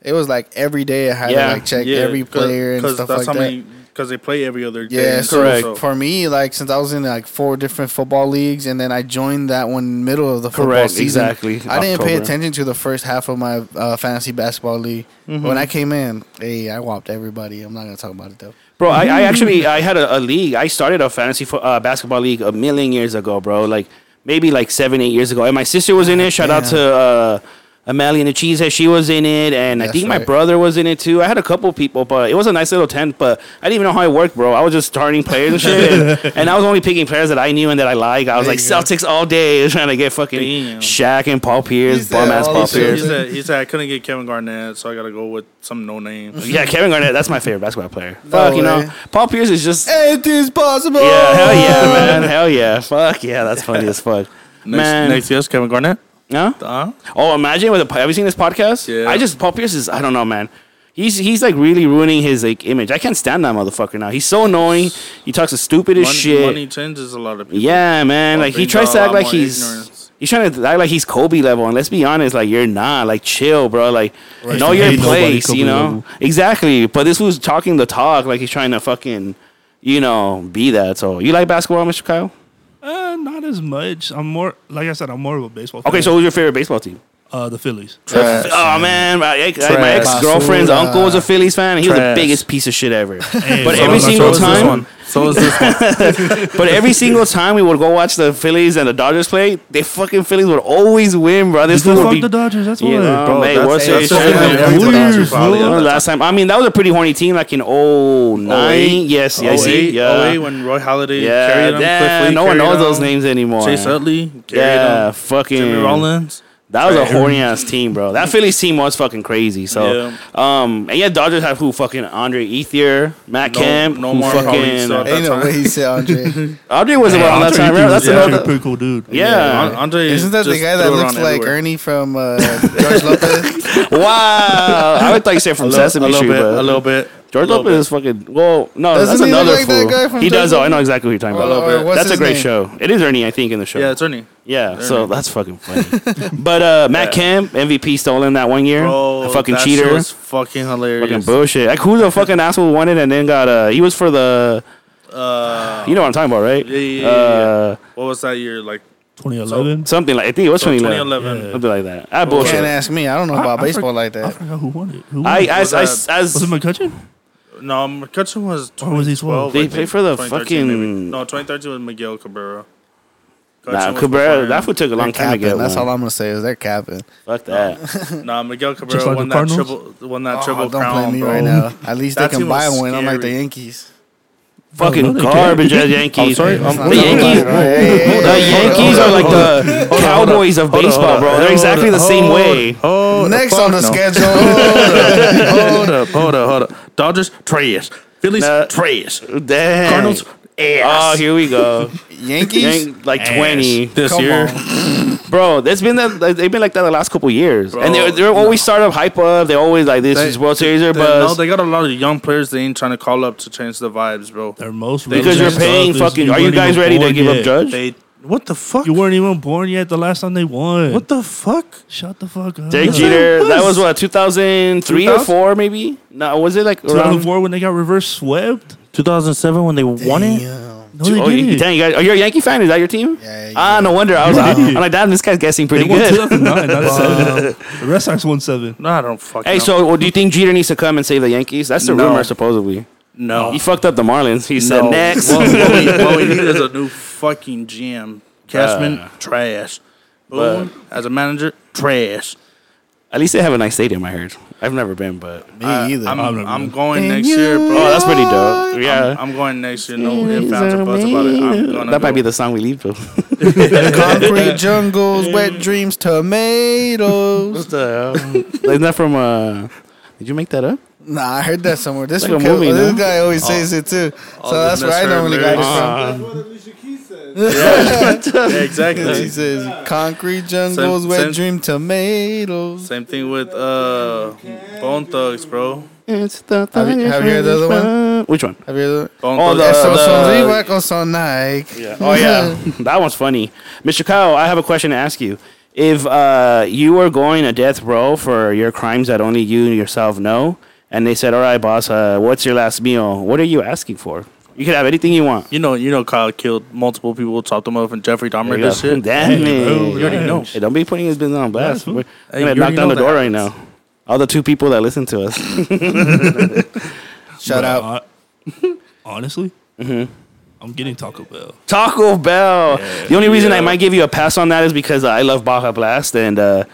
Speaker 1: it was like every day I had
Speaker 2: Yeah.
Speaker 1: to like check every player and stuff like that.
Speaker 3: Because they play every other day.
Speaker 1: Yeah,
Speaker 3: and
Speaker 1: so
Speaker 3: stuff,
Speaker 2: Correct.
Speaker 1: f- for me, like since I was in like four different football leagues, and then I joined that one middle of the football
Speaker 2: Correct,
Speaker 1: season.
Speaker 2: exactly,
Speaker 1: I didn't pay
Speaker 2: October.
Speaker 1: attention to the first half of my uh, fantasy basketball league. When I came in, hey, I whopped everybody. I'm not gonna talk about it though.
Speaker 2: Bro, I, I actually I had a, a league. I started a fantasy fo- uh, basketball league a million years ago, bro. Like maybe like seven, eight years ago. And my sister was in it. Shout out to uh, Amalia and Cheesehead. She was in it, and I
Speaker 1: That's
Speaker 2: think my
Speaker 1: right.
Speaker 2: brother was in it too. I had a couple people, but it was a nice little tent. But I didn't even know how it worked, bro. I was just starting players and shit, and, and I was only picking players that I knew and that I like. I was
Speaker 1: There
Speaker 2: like
Speaker 1: you go.
Speaker 2: Celtics all day, trying to get fucking
Speaker 3: Damn.
Speaker 2: Shaq and Paul Pierce,
Speaker 1: He's there
Speaker 2: bum ass
Speaker 1: all
Speaker 2: Paul
Speaker 1: these years.
Speaker 2: Pierce.
Speaker 3: He said, he said, I couldn't get Kevin Garnett, so I got to go with some no name.
Speaker 2: Yeah, Kevin Garnett. That's my favorite basketball player. Fuck, you know,
Speaker 1: way.
Speaker 2: Paul Pierce is just
Speaker 1: It is possible.
Speaker 2: Yeah, hell yeah, man. Hell yeah. Fuck yeah, that's funny as fuck. man.
Speaker 3: Next, next year's Kevin Garnett?
Speaker 2: Huh?
Speaker 3: Uh,
Speaker 2: Oh, imagine with a, have you seen this podcast?
Speaker 3: Yeah.
Speaker 2: I just Paul Pierce is I don't know, man. He's he's like really ruining his like image. I can't stand that motherfucker now. He's so annoying. He talks the stupidest
Speaker 3: money,
Speaker 2: shit.
Speaker 3: money changes a lot of people.
Speaker 2: Yeah, man.
Speaker 3: Well,
Speaker 2: Like he
Speaker 3: brings
Speaker 2: tries
Speaker 3: out
Speaker 2: to
Speaker 3: a
Speaker 2: act
Speaker 3: lot
Speaker 2: like
Speaker 3: more
Speaker 2: he's
Speaker 3: ignorance.
Speaker 2: he's trying to act like he's Kobe level, and let's be honest, like you're not. Like chill, bro. Like know
Speaker 6: Ain't
Speaker 2: your
Speaker 6: nobody
Speaker 2: place,
Speaker 6: Kobe
Speaker 2: you know.
Speaker 6: level.
Speaker 2: Exactly. But this was talking the talk, like he's trying to fucking, you know, be that. So you like basketball, Mr. Kyle?
Speaker 6: Uh, not as much. I'm more like I said. I'm more of a baseball.
Speaker 2: Okay,
Speaker 6: fan.
Speaker 2: so who's your favorite baseball team?
Speaker 6: uh, the Phillies.
Speaker 1: Trash.
Speaker 2: Oh man, my ex girlfriend's
Speaker 1: Basura.
Speaker 2: uncle was a Phillies fan. And he was
Speaker 3: Trash.
Speaker 2: the biggest piece of shit ever. but
Speaker 6: so-
Speaker 2: every
Speaker 6: so
Speaker 2: single
Speaker 6: is this
Speaker 2: time,
Speaker 3: one. So is this one.
Speaker 2: but every single time we would go watch the Phillies and the Dodgers play, they fucking Phillies would always win, bro. This
Speaker 6: Go
Speaker 2: fool would
Speaker 6: fuck
Speaker 2: be.
Speaker 6: the Dodgers. That's
Speaker 2: you
Speaker 6: what.
Speaker 2: know,
Speaker 3: Bro,
Speaker 2: mate,
Speaker 3: that's-
Speaker 2: what's
Speaker 3: that's
Speaker 2: his
Speaker 3: what
Speaker 2: shit?
Speaker 3: happened
Speaker 6: That's
Speaker 3: every
Speaker 6: weird,
Speaker 3: Dodger
Speaker 6: bro.
Speaker 3: probably.
Speaker 2: When was the last time, I mean, that was a pretty horny team, like in 09.
Speaker 3: 08?
Speaker 2: Yes, yeah, I see.
Speaker 3: 08,
Speaker 2: Yeah,
Speaker 3: 08 Oh, when Roy Halladay
Speaker 2: yeah.
Speaker 3: carried him. Cliff
Speaker 2: Damn,
Speaker 3: Lee
Speaker 2: no one
Speaker 3: carried
Speaker 2: knows
Speaker 3: him,
Speaker 2: those names anymore.
Speaker 3: Chase Utley carried
Speaker 2: yeah,
Speaker 3: him.
Speaker 2: fucking
Speaker 3: Jimmy Rollins.
Speaker 2: That was a horny ass team, bro. That Phillies team was fucking crazy. So, um, and yeah, Dodgers have who fucking Andre Ethier, Matt
Speaker 3: No-
Speaker 2: Kemp,
Speaker 3: no
Speaker 2: who
Speaker 3: more Howie,
Speaker 2: fucking
Speaker 3: so-
Speaker 2: uh,
Speaker 1: Ain't no way he said Andre.
Speaker 2: Andre was around that time. Remember? That's
Speaker 3: yeah.
Speaker 6: another
Speaker 2: another.
Speaker 6: pretty cool dude.
Speaker 2: Yeah.
Speaker 3: An- Andre
Speaker 1: Isn't that the
Speaker 3: just
Speaker 1: guy that
Speaker 3: threw it
Speaker 1: looks
Speaker 3: around
Speaker 1: like
Speaker 3: everywhere.
Speaker 1: Ernie from uh, George Lopez?
Speaker 2: Wow. I would thought you said from
Speaker 3: A little,
Speaker 2: Sesame
Speaker 3: a little
Speaker 2: Street,
Speaker 3: bit,
Speaker 2: but
Speaker 3: a little bit.
Speaker 2: George
Speaker 3: a little
Speaker 2: Lopez is fucking. Well, no, that's
Speaker 1: Doesn't he look
Speaker 2: another
Speaker 1: like that
Speaker 2: fool.
Speaker 1: guy from
Speaker 2: he does
Speaker 1: George
Speaker 2: though. I
Speaker 1: Lopez?
Speaker 2: know exactly what you're talking
Speaker 1: Or-
Speaker 2: about.
Speaker 1: or Uh, what's
Speaker 2: that's a
Speaker 1: his
Speaker 2: great
Speaker 1: name?
Speaker 2: show. It is Ernie, I think, in the show.
Speaker 3: Yeah, it's Ernie.
Speaker 2: Yeah, so
Speaker 3: Ernie.
Speaker 2: that's fucking funny. but uh, Matt Kemp, MVP stolen that one year.
Speaker 3: Bro,
Speaker 2: a fucking
Speaker 3: that shit
Speaker 2: cheater.
Speaker 3: was fucking hilarious.
Speaker 2: Fucking bullshit. Like who the fucking asshole won it and then got uh he was for the
Speaker 3: Uh,
Speaker 2: you know what I'm talking about, right?
Speaker 3: Yeah, yeah, yeah,
Speaker 2: Uh
Speaker 3: what was that year? Like uh,
Speaker 6: 2011.
Speaker 2: something like I think it was
Speaker 3: so
Speaker 2: 2011.
Speaker 3: 2011.
Speaker 6: Yeah.
Speaker 2: Something like that. That
Speaker 1: Can't
Speaker 2: bullshit.
Speaker 1: ask me. I don't know about
Speaker 6: I
Speaker 1: baseball
Speaker 6: forg-
Speaker 1: like
Speaker 6: I
Speaker 1: that.
Speaker 6: forgot who won it. Who won
Speaker 2: I
Speaker 6: it?
Speaker 2: as
Speaker 3: Was
Speaker 2: as,
Speaker 3: that-
Speaker 2: as
Speaker 6: was it McCutcheon?
Speaker 3: No, McCutcheon was
Speaker 6: Or was he
Speaker 3: 2012.
Speaker 2: They
Speaker 3: I
Speaker 2: play
Speaker 3: think.
Speaker 2: for the
Speaker 3: 2013 maybe.
Speaker 2: fucking-
Speaker 3: No, 2013 was Miguel Cabrera.
Speaker 2: nah,
Speaker 3: Mcutcheon was
Speaker 2: Cabrera,
Speaker 3: before
Speaker 2: that
Speaker 3: him.
Speaker 2: food took a long time to
Speaker 1: Capping.
Speaker 2: get.
Speaker 1: That's
Speaker 2: That's
Speaker 1: all I'm gonna say is they're capping.
Speaker 2: Fuck that.
Speaker 3: Nah, Miguel Cabrera
Speaker 6: like
Speaker 3: won
Speaker 6: the
Speaker 3: that
Speaker 6: Cardinals?
Speaker 3: triple won that
Speaker 1: Oh,
Speaker 3: triple
Speaker 1: don't
Speaker 3: crown,
Speaker 1: play me
Speaker 3: bro.
Speaker 1: right now. At least
Speaker 3: That
Speaker 1: they can
Speaker 3: team
Speaker 1: buy
Speaker 3: was
Speaker 1: one. I'm like the
Speaker 3: scary.
Speaker 1: Yankees.
Speaker 2: Fucking
Speaker 6: another
Speaker 2: garbage as Yankees.
Speaker 1: Let's not
Speaker 2: the
Speaker 1: talk about
Speaker 2: Yankees,
Speaker 1: it, right? Hey, hey, hey,
Speaker 2: the
Speaker 1: hey, hey,
Speaker 2: Yankees
Speaker 1: hey,
Speaker 2: are
Speaker 1: hey,
Speaker 2: like
Speaker 1: hey, hey.
Speaker 2: the Cowboys of baseball, bro. They're exactly the same way.
Speaker 3: Oh,
Speaker 1: next on the schedule.
Speaker 3: Hold up, hold up, hold up. Dodgers trash. Phillies
Speaker 2: Nah.
Speaker 3: trash.
Speaker 2: Damn.
Speaker 3: Cardinals
Speaker 2: Oh,
Speaker 3: ass.
Speaker 2: here we go.
Speaker 1: Yankees.
Speaker 2: Yank- like twenty.
Speaker 3: this
Speaker 1: Come
Speaker 3: year.
Speaker 1: on.
Speaker 2: Bro, that's been that. like, They've been like that the last couple years, and they're they're always startup hype up. They always like this is World Series or
Speaker 3: They- No,
Speaker 2: buzz
Speaker 3: they got a lot of young players. They ain't trying to call up to change the vibes, bro.
Speaker 6: Their most
Speaker 2: because you're
Speaker 6: relevant
Speaker 2: paying
Speaker 6: stuff is
Speaker 2: fucking. Are you
Speaker 6: weren't
Speaker 2: guys
Speaker 6: even
Speaker 2: ready to
Speaker 6: born
Speaker 2: give up
Speaker 6: yet.
Speaker 2: Judge?
Speaker 3: They what the fuck?
Speaker 6: You weren't even born yet the last time they won.
Speaker 3: What the fuck?
Speaker 6: Shut the fuck up.
Speaker 2: Derek
Speaker 6: Yeah.
Speaker 2: Jeter.
Speaker 3: was-
Speaker 2: That was what 2003 or
Speaker 3: 2000?
Speaker 2: four maybe. No, was it like around?
Speaker 6: 2004 when they got reverse swept.
Speaker 3: 2007 when they won it.
Speaker 1: Damn.
Speaker 6: No, they
Speaker 2: Oh, you,
Speaker 6: didn't.
Speaker 2: dang, you guys, are you a Yankee fan? Is that your team?
Speaker 1: Yeah, yeah.
Speaker 2: Ah, no wonder. I was.
Speaker 6: Yeah.
Speaker 2: like, I'm like, damn, this guy's guessing
Speaker 6: They
Speaker 2: pretty
Speaker 6: won
Speaker 2: good.
Speaker 6: 2009, not seven. The Red Sox won seven.
Speaker 3: No, I don't fucking.
Speaker 2: Hey,
Speaker 3: know.
Speaker 2: so well, do you think Jeter needs to come and save the Yankees? That's the
Speaker 3: No.
Speaker 2: rumor, supposedly.
Speaker 3: No.
Speaker 2: He fucked up the Marlins. He said
Speaker 3: no.
Speaker 2: next.
Speaker 3: What, what we, what we need is a new fucking GM. Cashman,
Speaker 2: Uh.
Speaker 3: trash. Boone, as a manager, trash.
Speaker 2: At least they have a nice stadium. I heard. I've never been, but
Speaker 1: Me either.
Speaker 3: I'm,
Speaker 6: I'm not
Speaker 3: I'm
Speaker 6: good.
Speaker 3: going next year, bro.
Speaker 2: oh, that's pretty dope. Yeah,
Speaker 3: I'm, I'm going next year. No ifs, ands, or buts about it. I'm gonna
Speaker 2: that might
Speaker 3: go.
Speaker 2: be the song we leave. Though.
Speaker 1: Concrete jungles, wet dreams, tomatoes.
Speaker 2: Isn't that from? Uh, did you make that up?
Speaker 1: Nah, I heard that somewhere. This,
Speaker 2: Like a
Speaker 1: guy-
Speaker 2: movie,
Speaker 1: this
Speaker 2: no? Oh.
Speaker 1: guy always says it too. So that's where I
Speaker 3: misheard
Speaker 1: normally got it
Speaker 3: lyrics.
Speaker 2: Ah.
Speaker 1: from.
Speaker 7: what Alicia Keys says.
Speaker 3: Yeah,
Speaker 1: he
Speaker 3: exactly.
Speaker 1: says, concrete jungles,
Speaker 3: Same-
Speaker 1: wet
Speaker 3: same-
Speaker 1: dream, tomatoes.
Speaker 3: Same thing with uh, Bone Thugs, bro.
Speaker 2: It's the
Speaker 1: Have you- have you heard the other one?
Speaker 2: Which one?
Speaker 1: Have you
Speaker 3: Bone
Speaker 2: Oh,
Speaker 3: Thugs.
Speaker 2: the-
Speaker 1: ever so, so
Speaker 2: the-
Speaker 1: Reebok or so Nike?
Speaker 2: Oh yeah, that one's funny, Mr. Kyle. I have a question to ask you. If uh, you were going to death row for your crimes that only you yourself know, and they said, "All right, boss, uh, what's your last meal?" What are you asking for? You could have anything you want.
Speaker 3: you know, you know, Kyle killed multiple people, chopped them up, and Jeffrey Dahmer
Speaker 2: There
Speaker 3: did
Speaker 2: you go.
Speaker 3: shit.
Speaker 2: Damn it!
Speaker 3: you already know.
Speaker 2: Hey, don't be putting his business on blast. We're
Speaker 3: Hey,
Speaker 2: gonna
Speaker 3: you
Speaker 2: knock
Speaker 3: already
Speaker 2: down the
Speaker 3: know
Speaker 2: door
Speaker 3: that.
Speaker 2: right now. All the two people that listen to us.
Speaker 1: Shout out.
Speaker 6: Hon- honestly,
Speaker 2: Mm-hmm.
Speaker 6: I'm getting Taco Bell.
Speaker 2: Taco Bell. The only reason I might give you a pass on that is because uh, I love Baja Blast and uh,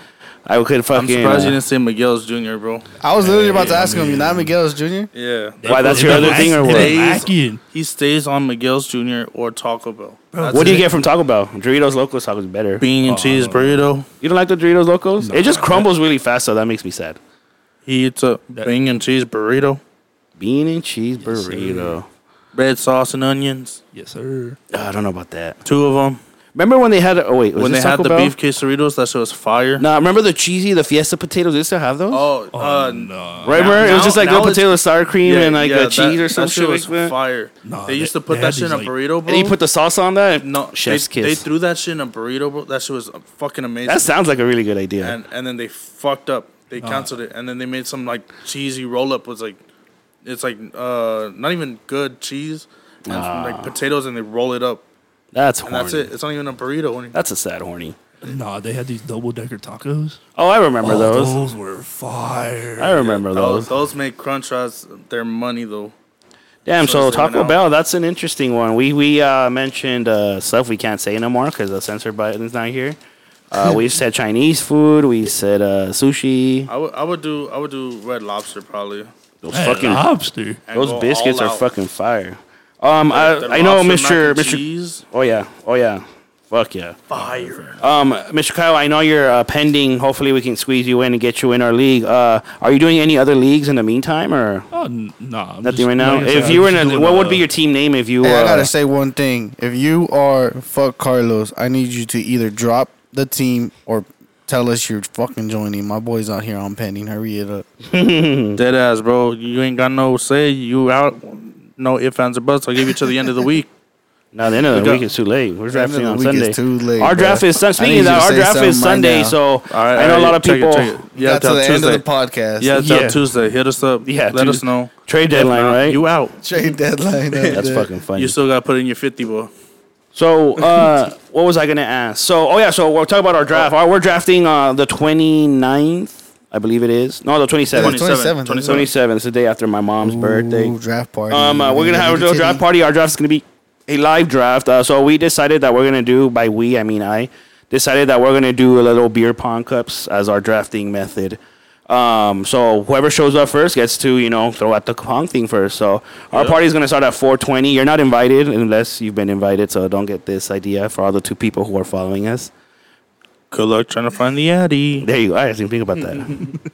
Speaker 2: I could
Speaker 3: I'm
Speaker 2: fucking.
Speaker 3: surprised you
Speaker 2: uh,
Speaker 3: didn't say Miguel's Jr., bro.
Speaker 1: I was literally about to ask him, you not Miguel's Jr.?
Speaker 3: Yeah.
Speaker 2: why that's your other thing or what?
Speaker 3: Today's-
Speaker 6: Lacking.
Speaker 3: He stays on Miguel's Jr. or Taco Bell. That's
Speaker 2: What do you
Speaker 3: it.
Speaker 2: get from Taco Bell? Doritos Locos Tacos better.
Speaker 3: Bean and cheese burrito.
Speaker 2: You don't like the Doritos Locos? it just crumbles really fast, so that makes me sad.
Speaker 3: He eats a
Speaker 6: That-
Speaker 3: bean and cheese burrito,
Speaker 2: Bean and cheese burrito.
Speaker 3: red sauce and onions,
Speaker 6: Yes, sir.
Speaker 2: Ah, I don't know about that.
Speaker 3: two of them.
Speaker 2: Remember when they had? Oh wait, was
Speaker 3: when they
Speaker 2: this
Speaker 3: had
Speaker 2: Taco
Speaker 3: the
Speaker 2: Bell?
Speaker 3: beef quesadillas, that shit was fire.
Speaker 2: Nah, remember the cheesy, the Fiesta potatoes? They still have those.
Speaker 3: Oh, uh,
Speaker 6: no.
Speaker 2: Right, remember? it was
Speaker 3: now-
Speaker 2: just like
Speaker 3: now
Speaker 2: little
Speaker 3: it's-
Speaker 2: potato with sour cream and like a
Speaker 3: that-
Speaker 2: cheese or some
Speaker 3: that
Speaker 2: shit like
Speaker 3: was
Speaker 2: that.
Speaker 3: fire.
Speaker 6: Nah,
Speaker 3: they used
Speaker 6: they-
Speaker 3: to put
Speaker 6: they
Speaker 3: that
Speaker 6: had
Speaker 3: shit in a
Speaker 6: these, like-
Speaker 3: burrito, bro.
Speaker 2: And you put the sauce on that. and-
Speaker 3: no,
Speaker 2: chef's
Speaker 3: they, they
Speaker 2: kiss.
Speaker 3: threw that shit in a burrito, bro. That shit was fucking amazing.
Speaker 2: that sounds like a really good idea.
Speaker 3: and and then they fucked up. They canceled it, and then they made some like cheesy roll up. Was like, it's like uh not even good cheese, and it's from, like potatoes, and they roll it up,
Speaker 2: that's horny.
Speaker 3: and that's it. It's not even a burrito. or anything.
Speaker 2: That's a sad horny.
Speaker 6: Nah, they had these double decker tacos.
Speaker 2: Oh, I remember
Speaker 6: Oh,
Speaker 2: those.
Speaker 6: those were fire.
Speaker 2: I remember
Speaker 3: Those,
Speaker 2: those.
Speaker 3: those make Crunchwraps their money though.
Speaker 2: Damn. So,
Speaker 3: so they went
Speaker 2: Taco
Speaker 3: out.
Speaker 2: Bell, that's an interesting one. We we uh, mentioned uh, stuff we can't say no more because the censor button's not here. Uh, we said Chinese food. We said uh, sushi.
Speaker 3: I would I would do I would do Red Lobster probably.
Speaker 2: Those
Speaker 6: Hey,
Speaker 2: fucking
Speaker 6: lobster.
Speaker 3: and
Speaker 2: those
Speaker 3: go
Speaker 2: biscuits
Speaker 3: all
Speaker 2: are
Speaker 3: out.
Speaker 2: fucking fire. Um,
Speaker 3: The
Speaker 2: I I know
Speaker 3: lobster
Speaker 2: Mr.
Speaker 3: mac and
Speaker 2: Mr.
Speaker 3: Cheese,
Speaker 2: Oh yeah. Oh yeah. Fuck yeah.
Speaker 3: fire.
Speaker 2: Um, Mr. Kyle, I know you're uh, pending. Hopefully, we can squeeze you in and get you in our league. Uh, are you doing any other leagues in the meantime, or
Speaker 6: Oh, n- nah. I'm
Speaker 2: nothing
Speaker 6: just-
Speaker 2: right now?
Speaker 6: like I said,
Speaker 2: if
Speaker 6: I'm
Speaker 2: you were in
Speaker 6: just
Speaker 2: a,
Speaker 6: doing,
Speaker 2: what would
Speaker 6: uh,
Speaker 2: be your team name if you uh, were?
Speaker 1: Hey, I gotta say one thing. If you are fuck Carlos, I need you to either drop the team or tell us you're fucking joining. My boy's out here on pending. Hurry it up.
Speaker 3: Dead ass, bro. You ain't got no say. You out. No ifs ands or buts. I'll give you till the end of the week.
Speaker 2: no, the end of the
Speaker 3: Look
Speaker 2: week
Speaker 3: up.
Speaker 2: is too late.
Speaker 1: end
Speaker 2: We're
Speaker 1: of
Speaker 2: drafting
Speaker 1: the
Speaker 2: on
Speaker 1: week is
Speaker 2: Sunday.
Speaker 1: too late,
Speaker 2: our draft
Speaker 1: bruh.
Speaker 2: is Sun-
Speaker 1: I
Speaker 2: speaking
Speaker 1: need
Speaker 2: of that,
Speaker 1: you to
Speaker 2: our
Speaker 1: say
Speaker 2: draft is
Speaker 1: something right
Speaker 2: Sunday,
Speaker 1: now.
Speaker 2: so
Speaker 3: All right,
Speaker 2: I know a
Speaker 3: all
Speaker 2: lot
Speaker 3: right,
Speaker 2: of
Speaker 3: check it,
Speaker 2: people.
Speaker 3: check it. Yeah,
Speaker 1: Got to
Speaker 3: till
Speaker 1: the end of
Speaker 3: Tuesday.
Speaker 1: the podcast.
Speaker 3: Yeah, till
Speaker 2: Yeah.
Speaker 3: Tuesday. Hit us up.
Speaker 2: Yeah,
Speaker 3: let us
Speaker 2: Tuesday.
Speaker 3: know.
Speaker 2: Trade deadline,
Speaker 3: Nah,
Speaker 2: right?
Speaker 3: You out.
Speaker 1: Trade deadline.
Speaker 2: That's fucking funny.
Speaker 3: You still got to put in your fifty, boy.
Speaker 2: So, uh, what was I going to ask? So, oh, yeah, so we're talking about our draft. Our- We're drafting uh, the 29th, I believe it is. No, the 27th.
Speaker 1: 27th.
Speaker 2: 27th. It's the day after my mom's birthday.
Speaker 1: Ooh, draft party.
Speaker 2: Um, uh, we're gonna have a little
Speaker 1: Titty.
Speaker 2: draft party. Our draft's gonna be a live draft. Uh, so we decided that we're gonna do by we, I mean I decided that we're gonna do a little beer pong cups as our drafting method. Um, so whoever shows up first gets to you know throw out the pong thing first. So our party's gonna start at 4:20. You're not invited unless you've been invited. So don't get this idea for all the two people who are following us.
Speaker 3: Good luck trying to find the Addy.
Speaker 2: There you go. I didn't even think about
Speaker 1: Mm-hmm.
Speaker 2: that.